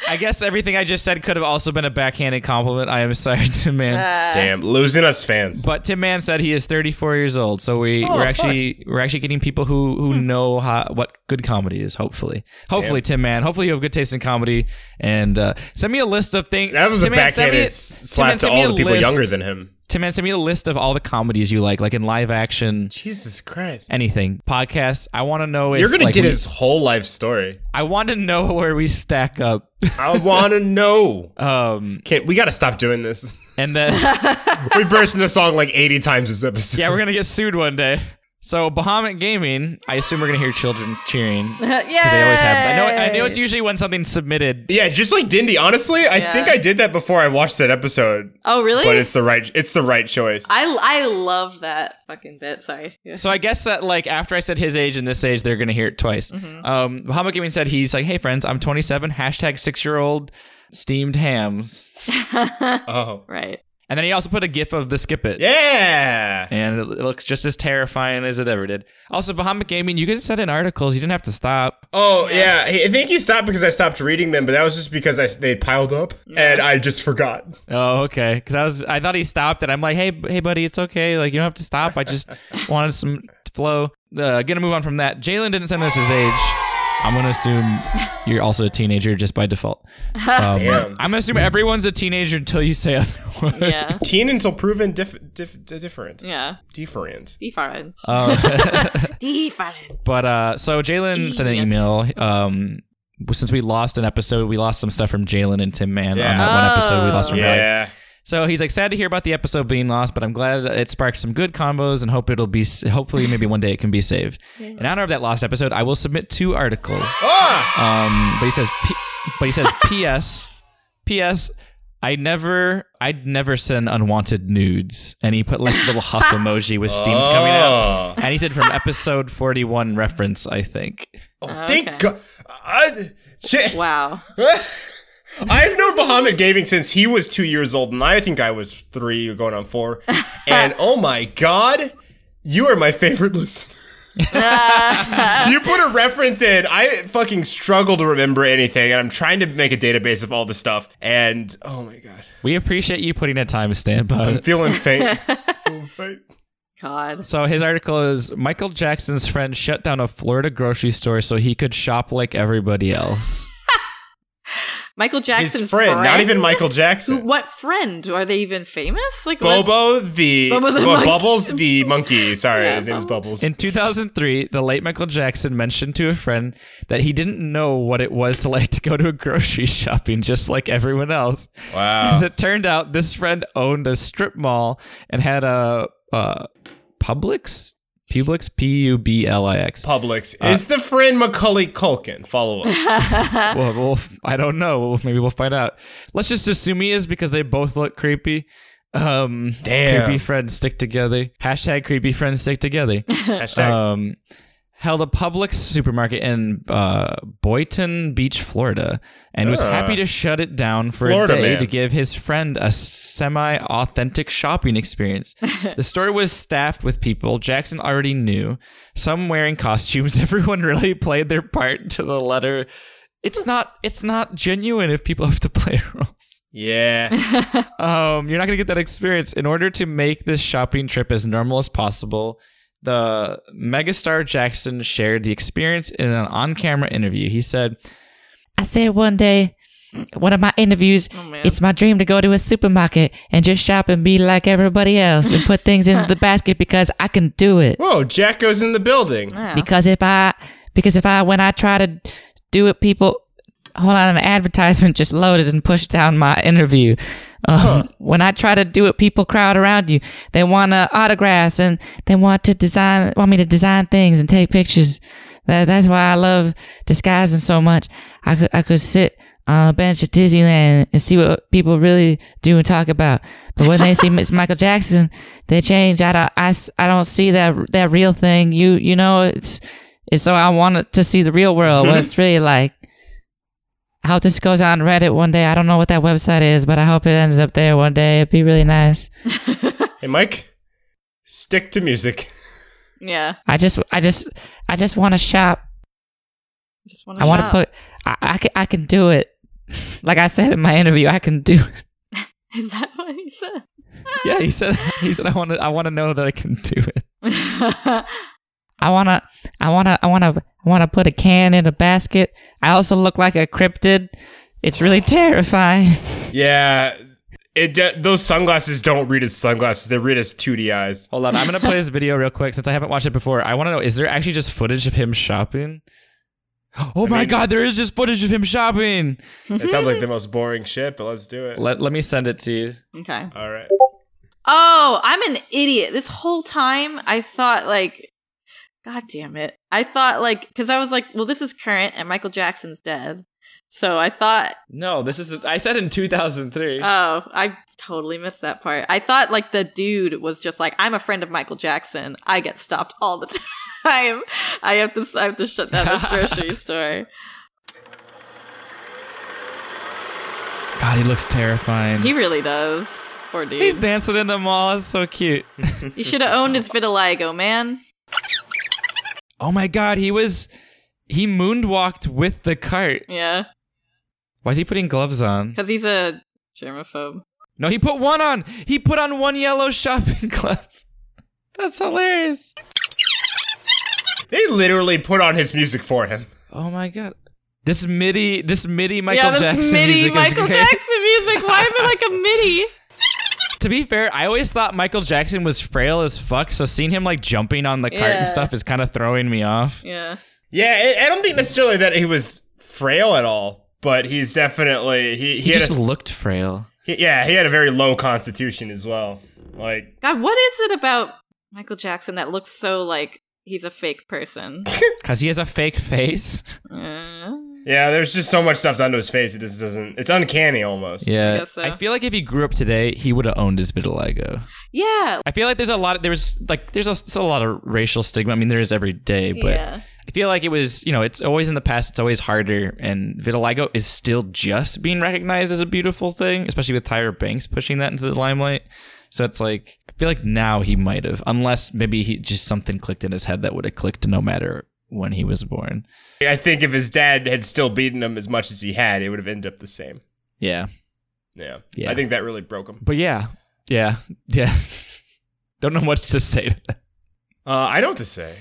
I guess everything I just said could have also been a backhanded compliment. I am sorry, Tim Man. Damn, losing us fans. But Tim Mann said he is 34 years old, so we we're actually we're actually getting people who who know how, what good comedy is. Hopefully, hopefully, Tim Mann. Hopefully, you have good taste in comedy. And uh, send me a list of things. that was Tim a Mann, send me backhanded a- s- Tim slap Mann, to send me all the a people list- younger than him. Tim Mann, send me a list of all the comedies you like, like in live action, Jesus Christ. anything, podcasts. I want to know. If, You're gonna like, get we- his whole life story. I want to know where we stack up. I wanna know. Um, Can't we gotta stop doing this? and then. we burst into song like 80 times this episode. Yeah, we're gonna get sued one day. So Bahamut Gaming, I assume we're gonna hear children cheering because it always happens. I know, I know it's usually when something's submitted. Yeah, just like Dindy. Honestly, I think I did that before I watched that episode. Oh, really? But it's the right it's the right choice. I I love that fucking bit. Sorry. Yeah. So I guess that like after I said his age and this age, they're gonna hear it twice. Um, Bahamut Gaming said he's like, "Hey friends, I'm 27. Hashtag six year old steamed hams." oh. Right. And then he also put a gif of the skip it. Yeah. And it looks just as terrifying as it ever did. Also, Bahamut Gaming, you could send in articles. You didn't have to stop. Oh, yeah. I think he stopped because I stopped reading them, but that was just because I, they piled up and I just forgot. Oh, okay. Because I was, I thought he stopped, and I'm like, hey, b- hey, buddy, it's okay. Like you don't have to stop. I just wanted some flow. Uh, gonna move on from that. Jalen didn't send us his age. I'm gonna assume you're also a teenager just by default. Um, Damn. I'm gonna assume everyone's a teenager until you say otherwise. Yeah. Teen until proven dif- dif- different. Yeah. Different. Different. Um, Different. but uh, so Jalen sent an Idiot. email. Um, since we lost an episode, we lost some stuff from Jalen and Tim Mann Yeah. on that one episode we lost from Valley. Yeah. So he's like sad to hear about the episode being lost, but I'm glad it sparked some good combos and hope it'll be hopefully maybe one day it can be saved. In honor of that lost episode, I will submit two articles. Ah! Um, but he says, P- but he says, P.S. P.S. I never, I'd never send unwanted nudes. And he put like a little huff emoji with steams coming out. Oh. And he said from episode 41 reference, I think. Oh, Okay. thank God. I, shit. Wow. I've known Muhammad Gaming since he was two years old, and I think I was three, going on four. And oh my God, you are my favorite listener. you put a reference in. I fucking struggle to remember anything, and I'm trying to make a database of all the stuff. And oh my God, We appreciate you putting a timestamp on I'm it. feeling faint. Feeling faint. God. So his article is Michael Jackson's friend shut down a Florida grocery store so he could shop like everybody else. Michael Jackson's His friend, not even Michael Jackson. Who- What friend? Are they even famous? Like what- Bobo the, Bobo the well, monkey. Bubbles the monkey. Sorry, Yeah, his name is Bubbles. In 2003, the late Michael Jackson mentioned to a friend that he didn't know what it was to like to go to a grocery shopping just like everyone else. wow. As it turned out, this friend owned a strip mall and had a uh, Publix? Publix? P U B L I X. Publix is the friend Macaulay Culkin. Follow up. Well, we'll- I don't know. We'll- Maybe we'll find out. Let's just assume he is because they both look creepy. Um, Damn. Creepy friends stick together. Hashtag creepy friends stick together. Hashtag. um, held a Publix supermarket in uh, Boynton Beach, Florida, and was Uh. happy to shut it down for Florida a day man. to give his friend a semi-authentic shopping experience. the store was staffed with people Jackson already knew, some wearing costumes. Everyone really played their part to the letter. It's not. It's not genuine if people have to play roles. yeah. Um, you're not going to get that experience. In order to make this shopping trip as normal as possible, the megastar Jackson shared the experience in an on camera interview. He said, I said one day, one of my interviews, man. it's my dream to go to a supermarket and just shop and be like everybody else and put things into the basket because I can do it. Whoa, Jack goes in the building. Uh. Because if I, because if I, when I try to do it, people, hold on, an advertisement just loaded and pushed down my interview. Um, When I try to do it, people crowd around you. They want to autographs and they want to design, want me to design things and take pictures. That, that's why I love disguising so much. I could, I could sit on a bench at Disneyland and see what people really do and talk about. But when they see Miss Michael Jackson, they change. I don't, I, s- I don't see that, that real thing. You, you know, it's, it's so I wanted to see the real world, what it's really like. I hope this goes on Reddit one day. I don't know what that website is, but I hope it ends up there one day. It'd be really nice. Hey, Mike, stick to music. Yeah. I just, I just, I just want to shop. Just want I want to put. I, I can, I can do it. Like I said in my interview, I can do. It. Is that what he said? "Yeah, he said he said I want to I want to know that I can do it." I wanna, I wanna, I wanna, I wanna put a can in a basket. I also look like a cryptid. It's really terrifying. Yeah. It de- those sunglasses don't read as sunglasses. They read as 2D eyes. Hold on, I'm gonna play this video real quick since I haven't watched it before. I want to know is there actually just footage of him shopping? Oh my mean- god, there is just footage of him shopping. It sounds like the most boring shit, but let's do it. Let let me send it to you. okay. All right. Oh, I'm an idiot. This whole time I thought like God damn it. I thought like because I was like, well, this is current and Michael Jackson's dead. So I thought No, this is I said in 2003. Oh, I totally missed that part. I thought like the dude was just like, I'm a friend of Michael Jackson. I get stopped all the time. I have to I have to shut down this grocery store. god, he looks terrifying. He really does. Poor dude. He's dancing in the mall. It's so cute. He should have owned his vitiligo, man. Oh my god, he was he moonwalked with the cart. Yeah, Why is he putting gloves on? because he's a germaphobe. No, he put one on. He put on one yellow shopping glove. That's hilarious. They literally put on his music for him. oh my god, this MIDI, this MIDI Michael yeah, this Jackson MIDI music is Michael great. Jackson music. Why is it like a MIDI? To be fair, I always thought Michael Jackson was frail as fuck, so seeing him like jumping on the cart Yeah. and stuff is kind of throwing me off. Yeah. Yeah, I I don't think necessarily that he was frail at all, but he's definitely he he, He, had just a, looked frail. he- yeah he had a very low constitution as well. Like God, what is it about Michael Jackson that looks so like he's a fake person? Cause he has a fake face. Uh, yeah, there's just so much stuff done to his face. It just doesn't. It's uncanny almost. Yeah, I, guess so. feel like if he grew up today, he would have owned his vitiligo. yeah. I feel like there's a lot. Of, there's like there's a, still a lot of racial stigma. I mean, there is every day, but Yeah. I feel like it was you know it's always in the past. It's always harder, and vitiligo is still just being recognized as a beautiful thing, especially with Tyra Banks pushing that into the limelight. So it's like I feel like now he might have, unless maybe he just something clicked in his head that would have clicked no matter when he was born. I think if his dad had still beaten him as much as he had, it would have ended up the same. Yeah, Yeah, Yeah. I think that really broke him. but yeah, yeah, yeah. Don't know much to say to that. Uh, I know what to say.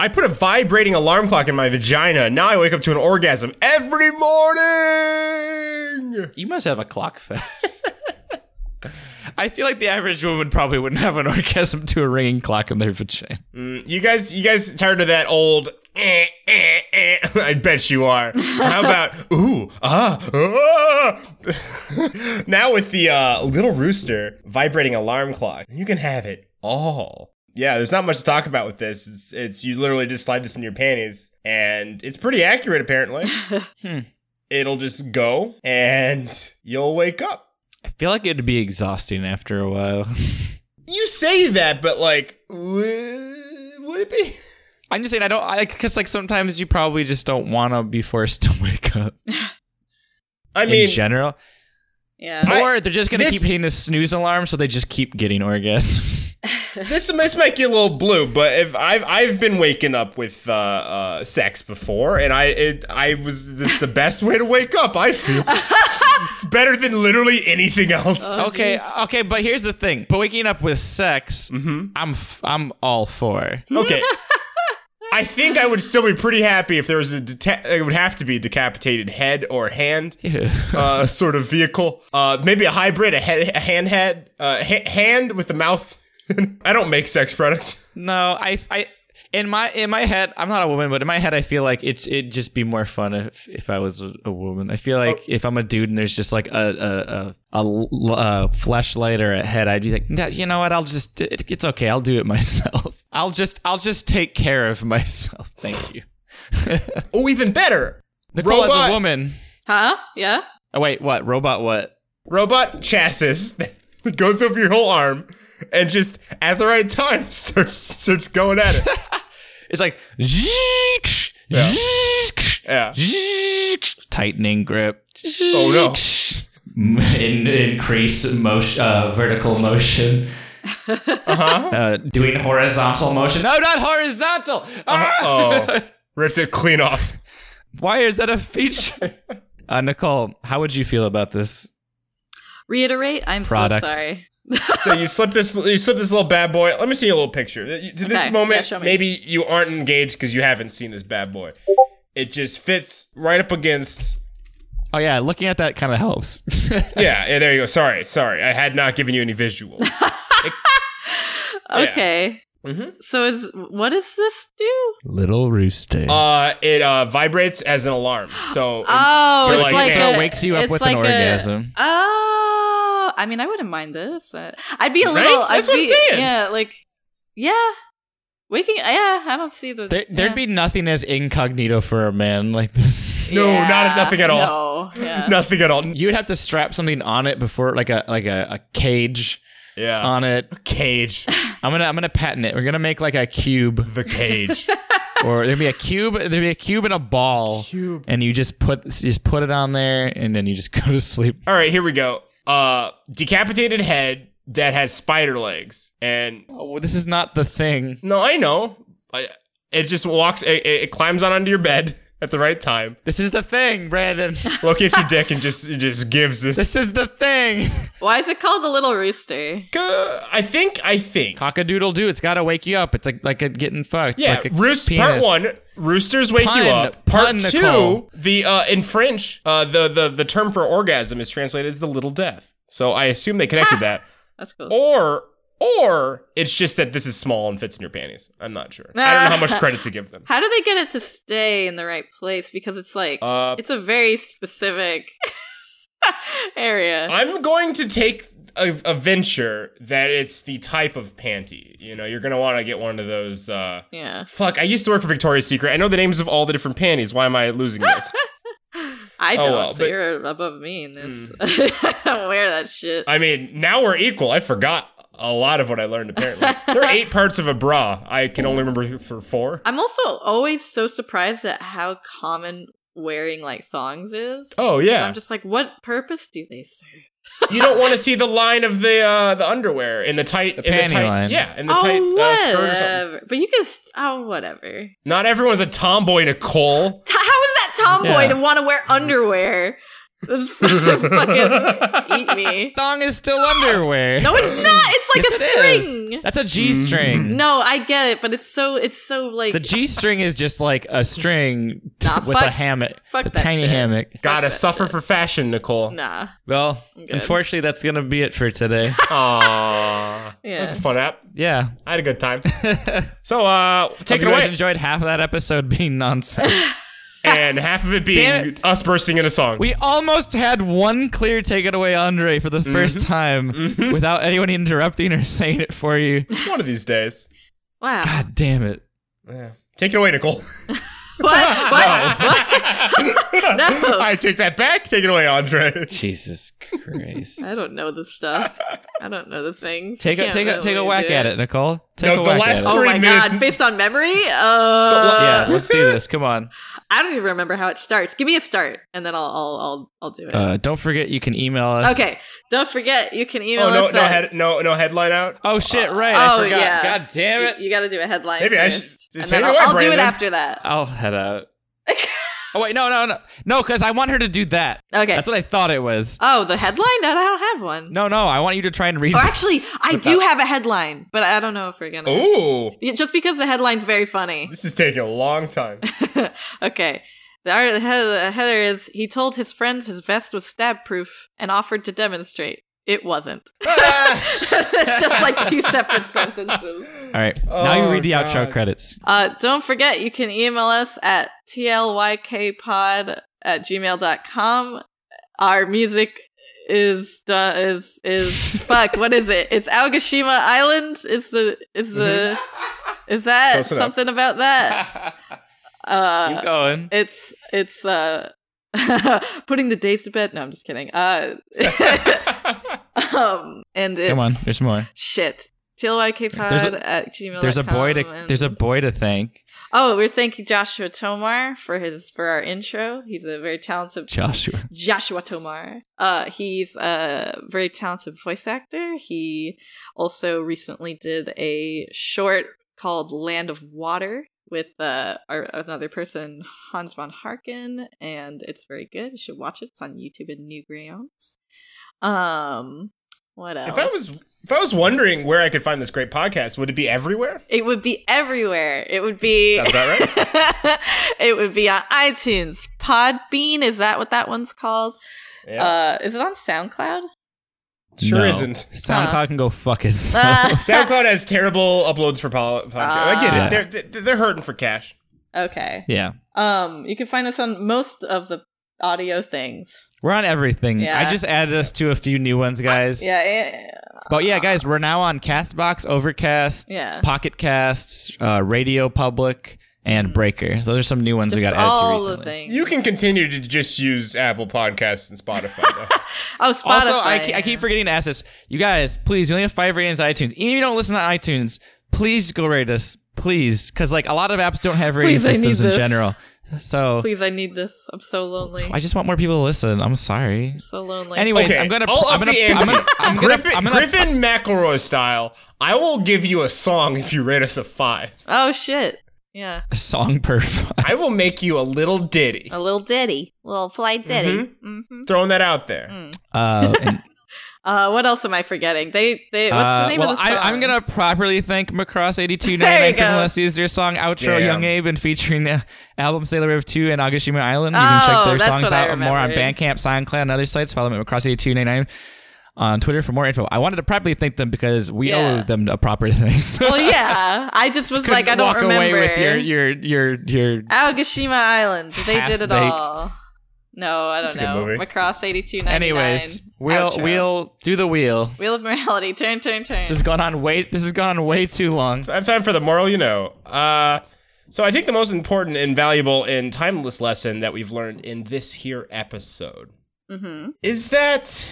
I put a vibrating alarm clock in my vagina. Now I wake up to an orgasm every morning. You must have a clock fetish. I feel like the average woman probably wouldn't have an orgasm to a ringing clock in their vagina. Mm, You guys, you guys tired of that old? Eh, eh, eh? I bet you are. How about ooh ah? ah. now with the uh, little rooster vibrating alarm clock, you can have it all. Yeah, there's not much to talk about with this. It's, it's you literally just slide this in your panties, and it's pretty accurate apparently. It'll just go, and you'll wake up. I feel like it'd be exhausting after a while. You say that, but like, w- would it be? I'm just saying I don't because like sometimes you probably just don't want to be forced to wake up I mean, in general, Yeah. I- or they're just gonna this- keep hitting this snooze alarm, so they just keep getting orgasms. This this might get a little blue, but if I've I've been waking up with uh, uh, sex before, and I it, I was this is the best way to wake up. I feel it's better than literally anything else. Oh, okay, okay, but here's the thing: but waking up with sex, Mm-hmm. I'm f- I'm all for. Okay, I think I would still be pretty happy if there was a deta- it would have to be a decapitated head or hand, uh, sort of vehicle, uh, maybe a hybrid, a head, a hand head, uh, ha- hand with the mouth. I don't make sex products. No, I, I, in my in my head, I'm not a woman, but in my head, I feel like it's it'd just be more fun if if I was a a woman. I feel like if I'm a dude and there's just like a a a, a, l- a flashlight or a head, I'd be like, "Nah, you know what? I'll just it, it's okay. I'll do it myself. I'll just I'll just take care of myself. Thank you. Oh, even better. Nicole as Robot. a woman. Huh? Yeah. Oh wait, what robot? What? robot chassis that goes over your whole arm and just at the right time starts starts going at it. It's like Yeah. tightening grip. Oh no. in, increase motion, uh, vertical motion. Uh-huh. doing horizontal motion. No, not horizontal. Ah! Oh. Ripped it clean off. Why is that a feature? Uh, Nicole, how would you feel about this? Reiterate. I'm Product. so sorry. So you slip this you slip this little bad boy. Let me see a little picture. To this Okay. Yeah, moment, show me. maybe you aren't engaged because you haven't seen this bad boy. It just fits right up against Oh yeah, looking at that kind of helps. Yeah, yeah, there you go. Sorry, sorry. I had not given you any visual. Okay. So is what does this do? Little rooster. Uh it uh vibrates as an alarm. So Oh, So it's like- like, so a, it wakes you up it's with an like a- orgasm. oh, I mean, I wouldn't mind this. Uh, I'd be a Right? little. That's I'd what I'm be- saying. Yeah, like, yeah, waking. Yeah, I don't see the. there, yeah. there'd be nothing as incognito for a man like this. No, not Yeah, nothing at all. No, yeah. nothing at all. You would have to strap something on it before, like a like a, a cage Yeah. on it. cage. I'm gonna I'm gonna patent it. We're gonna make like a cube The cage. or there'd be a cube there'd be a cube and a ball Cube. and you just put just put it on there and then you just go to sleep All right, here we go. Uh, decapitated head that has spider legs, and oh, this is not the thing no, I know. I, it just walks. It, it it climbs on onto your bed at the right time. this is the thing brandon Locates your dick and just it just gives it. this is the thing Why is it called the Little Rooster? Uh, I think. I think. cock-a-doodle-doo it's gotta wake you up it's like like a getting fucked Yeah. like a Roost penis. part one. Roosters wake Pun- you up. Part pun, two. Nicole. The uh, in French, uh, the the the term for orgasm is translated as the little death. So I assume they connected that, That's cool. Oh. or or it's just that this is small and fits in your panties. I'm not sure. I don't know how much credit to give them. How do they get it to stay in the right place? Because it's like Uh, it's a very specific area. I'm going to take a, a venture that it's the type of panty. You know, you're gonna want to get one of those. Uh, yeah, Fuck, I used to work for Victoria's Secret. I know the names of all the different panties. Why am I losing this? I Oh, don't. well, so but- Hmm. you're above me in this. I don't wear that shit. I mean, now we're equal. I forgot a lot of what I learned, apparently. there are eight parts of a bra. I can only remember for four. I'm also always so surprised at how common wearing like thongs is. Oh, yeah. I'm just like, what purpose do they serve? you don't want to see the line of the uh, the underwear in the tight The in panty the tight, line. Yeah, in the oh, tight uh, skirt or something. whatever. But you can. St- oh, whatever. Not everyone's a tomboy, Nicole. T- how is that tomboy Yeah. to want to wear underwear? That's fucking eat me. Thong is still underwear. No, it's not. It's like Yes, it a is. string. That's a G string. No, I get it, but it's so it's so like The G string is just like a string t- Nah, with fuck- a hammock, fuck a that tiny shit. hammock. Gotta that suffer for fashion, Nicole. nah. Well, good. unfortunately, that's gonna be it for today. Aww. That Yeah. was a fun app. yeah, I had a good time. so uh hope take you it guys away. enjoyed half of that episode being nonsense. and half of it Damn being it. us bursting into song. we almost had one clear takeaway, Andre, for the 1st time Mm-hmm. without anyone interrupting or saying it for you. One of these days. Wow. God damn it. Take it away, Nicole. What? What? what? no. I take that back. Take it away, Andre. Jesus Christ. I don't know the stuff. I don't know the things. take a Can't take a take a really whack do at it, Nicole. Take No, a the whack last at it. Oh Three my minutes. god, based on memory? yeah, Uh, let's do this. Come on. I don't even remember how it starts. Give me a start and then I'll I'll I'll, I'll do it. Uh, don't forget you can email us. okay. Don't forget you can email Oh no, us no at- head, no, no headline out. Oh shit, right. Oh, I forgot. yeah. God damn you- it. You, got to do a headline Maybe I first. should- and say then it I'll, away, I'll do it Brandon. after that. I'll head out. oh wait, no, no, no. No, because I want her to do that. Okay. Uh, That's what I thought it was. Oh, the headline? No, I don't have one. No, no, I want you to try and read Or Oh, actually, I do have a headline, but I don't know if we're gonna. Ooh, Yeah, Just because the headline's very funny. this is taking a long time. okay. The, ar- the head- the header is He told his friends his vest was stab proof and offered to demonstrate. It wasn't. it's just like two separate sentences. All right. now you Oh, read the outro God. credits. Uh, don't forget, you can email us at tlykpod at gmail.com. Our music is done is is fuck what is it it's aogashima island is the is the is that Mm-hmm. Close enough. something about that uh Keep going. it's it's uh putting the days to bed no i'm just kidding uh um and it's Come on. There's more. shit tlykpod There's a- at gmail There's a boy to and- there's a boy to thank. Oh, we're thanking Joshua Tomar for his for our intro. He's a very talented Joshua. Joshua Tomar. Uh, he's a very talented voice actor. He also recently did a short called Land of Water with uh, our, another person, Hans von Harken, and it's very good. You should watch it. It's on YouTube and Newgrounds. Um, what else? If I was, if I was wondering where I could find this great podcast, would it be everywhere? It would be everywhere. It would be. Sounds about it would be on iTunes, Podbean. Is that what that one's called? Yeah. Uh, is it on SoundCloud? sure No. isn't. SoundCloud can go fuck itself. Uh, SoundCloud has terrible uploads for po- podcasts. I Ah. get it. They're, they're they're hurting for cash. okay. yeah. Um, you can find us on most of the audio things. We're on everything. Yeah. I just added us to a few new ones, guys. Yeah. eh, But yeah, guys, we're now on Castbox, Overcast, Yeah. Pocket Casts, uh, Radio Public, and Breaker. Those are some new ones we Just got added to all recently. the things. You can continue to just use Apple Podcasts and Spotify. though. oh, Spotify. Also, I, ke- I keep forgetting to ask this. You guys, please, we only have five ratings on iTunes. Even if you don't listen to iTunes, please go rate us. Please. Because like a lot of apps don't have rating Please, I need systems in this. general. So Please, I need this. I'm so lonely. I just want more people to listen. I'm sorry. so lonely. Anyways, I'm gonna I'll I'm up gonna the I'm gonna ante. I'm gonna Griffin, I'm gonna Griffin McElroy style. I will give you a song if you rate us a five. Oh shit. Yeah. song perf. I will make you a little ditty. Mm-hmm. A little ditty. Little fly ditty. Throwing that out there. Uh, and Mm-hmm. Uh, what else am I forgetting? They they. What's Uh, the name well, of the song? I, I'm gonna properly thank Macross eighty two There you ninety nine for go. letting us use their song outro Yeah. Young Abe and featuring uh, album Sailor Wave two and Agashima Island. You Oh, can check that's their songs what I out more on remembered. Bandcamp, SoundCloud, and other sites. Follow them at Macross eighty two ninety nine on Twitter for more info. I wanted to properly thank them because we Yeah. owe them a proper thanks. Well, yeah. I just was like, I Couldn't don't walk remember. away with your your your your. Aogashima Island. They did it Half-baked. all. No, I don't a good know. movie. Macross eighty two ninety nine. Anyways, we'll we'll do the wheel. wheel of morality. Turn, turn, turn. This has gone on way. This has gone on way too long. I have time for the moral, you know. Uh, so I think the most important and valuable and timeless lesson that we've learned in this here episode is that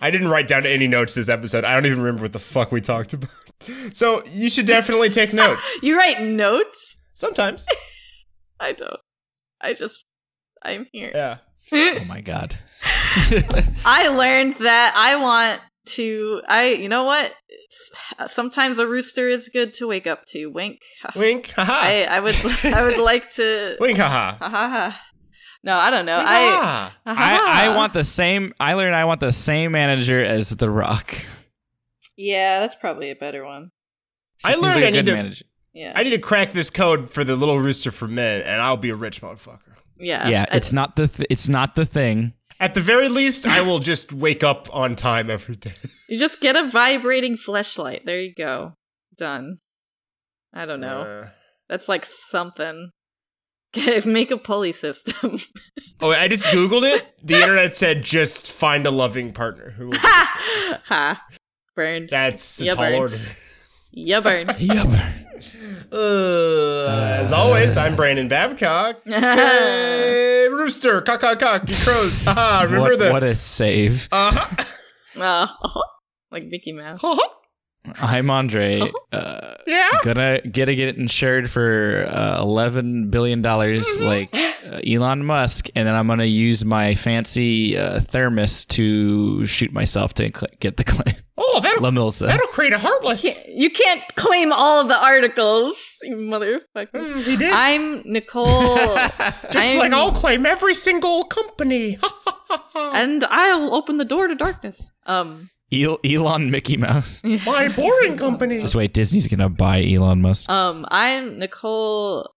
I didn't write down any notes this episode. I don't even remember what the fuck we talked about. So you should definitely take notes you write notes? sometimes. I don't. I just. I'm here. Yeah. Oh my god. I learned that I want to. I. You know what? Sometimes a rooster is good to wake up to. Wink. Ah. Wink, haha. I. I would. I would like to. Wink, haha. Ha ha ha. No, I don't know. I. Ah. I, I want the same. I learned I want the same manager as The Rock. Yeah, that's probably a better one. I Seems learned like a I need good to manager. Yeah. I need to crack this code for the little rooster for men, and I'll be a rich motherfucker. yeah. Yeah, I- it's not the th- it's not the thing. At the very least, I will just wake up on time every day. You just get a vibrating fleshlight. There you go. Done. I don't know. Uh, That's like something. Get- Make a pulley system. oh, I just googled it. The internet said just find a loving partner who. Will ha! Burned. that's Yeah, a tall birds. order. Ya burned. Uh, as always, I'm Brandon Babcock. Uh. hey, rooster, cock, cock, cock, you crows. Haha, remember What, the. Uh-huh. what a save! Oh, like Mickey Mouse. I'm Andre. Oh. Uh, yeah, gonna gonna get insured for uh, eleven billion dollars, Mm-hmm. like uh, Elon Musk, and then I'm gonna use my fancy uh, thermos to shoot myself to cl- get the claim. oh, that'll, Lamil said. that'll create a heartless. You can't claim all of the articles, you motherfucker. Hmm, he did. I'm Nicole. just I'm- like I'll claim every single company. And I'll open the door to darkness. Um. El- Elon Mickey Mouse. My boring company. Just wait, Disney's gonna buy Elon Musk. Um, I'm Nicole.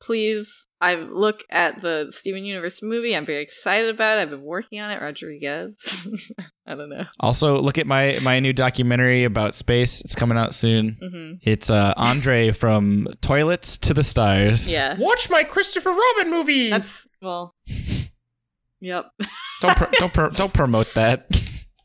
Please, I look at the Steven Universe movie. I'm very excited about it. I've been working on it. Rodriguez. I don't know. Also, look at my my new documentary about space. It's coming out soon. hmm It's uh, Andre from Toilets to the Stars. Yeah, Watch my Christopher Robin movie. that's well. Yep. Don't pro- don't pro- don't promote that.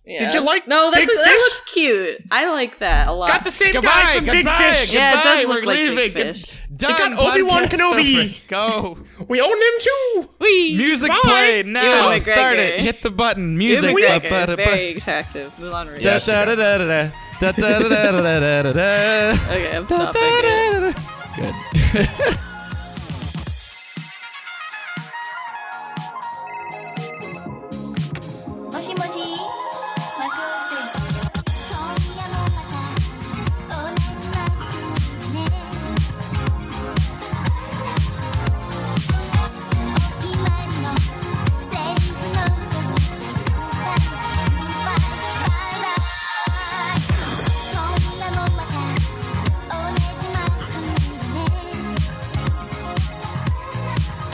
Yeah. you like No, that's Big that Fish? looks cute. I like that a lot. Got the same guy from Big Fish. Yeah, it does Goodbye, look we're like Big leaving. Fish. Done, got Obi-Wan podcast Kenobi. over. Go. We own him too. Whee! Music Bye. play now. Ewan Start McGregor. it. Hit the button. Ewan Music. McGregor, Ba- ba- ba- very attractive. Mulan Rouge. da- da- da- da- da- da. Da- da- da- da- da- da- da- da. Okay, I'm Da- da- stopping. it. da- da- da. Good. 「もしもしマクロスです」「今夜もまた同じマックにね」「お決まりのセリフ残してグッバイグッバイバイバイ」「今夜もまた同じマックにね」「お決まりのセリフ残して」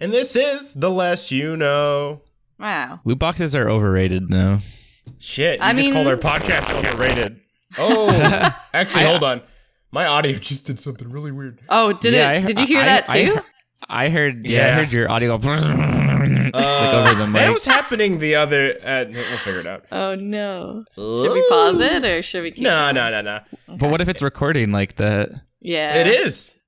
And this is the less you know. Wow. Loot boxes are overrated now. Shit, you I just mean- called our podcast overrated. Oh, actually, hold on. My audio just did something really weird. Oh, did Yeah, I it? he- Did you hear I- that I he- too? I heard. Yeah, Yeah. Uh, I heard your audio. go like over the mic. That was happening the other. Uh, no, we'll figure it out. oh no. Should we pause it or should we keep? No, no, no, no. But what if it's recording like that? Yeah. It is.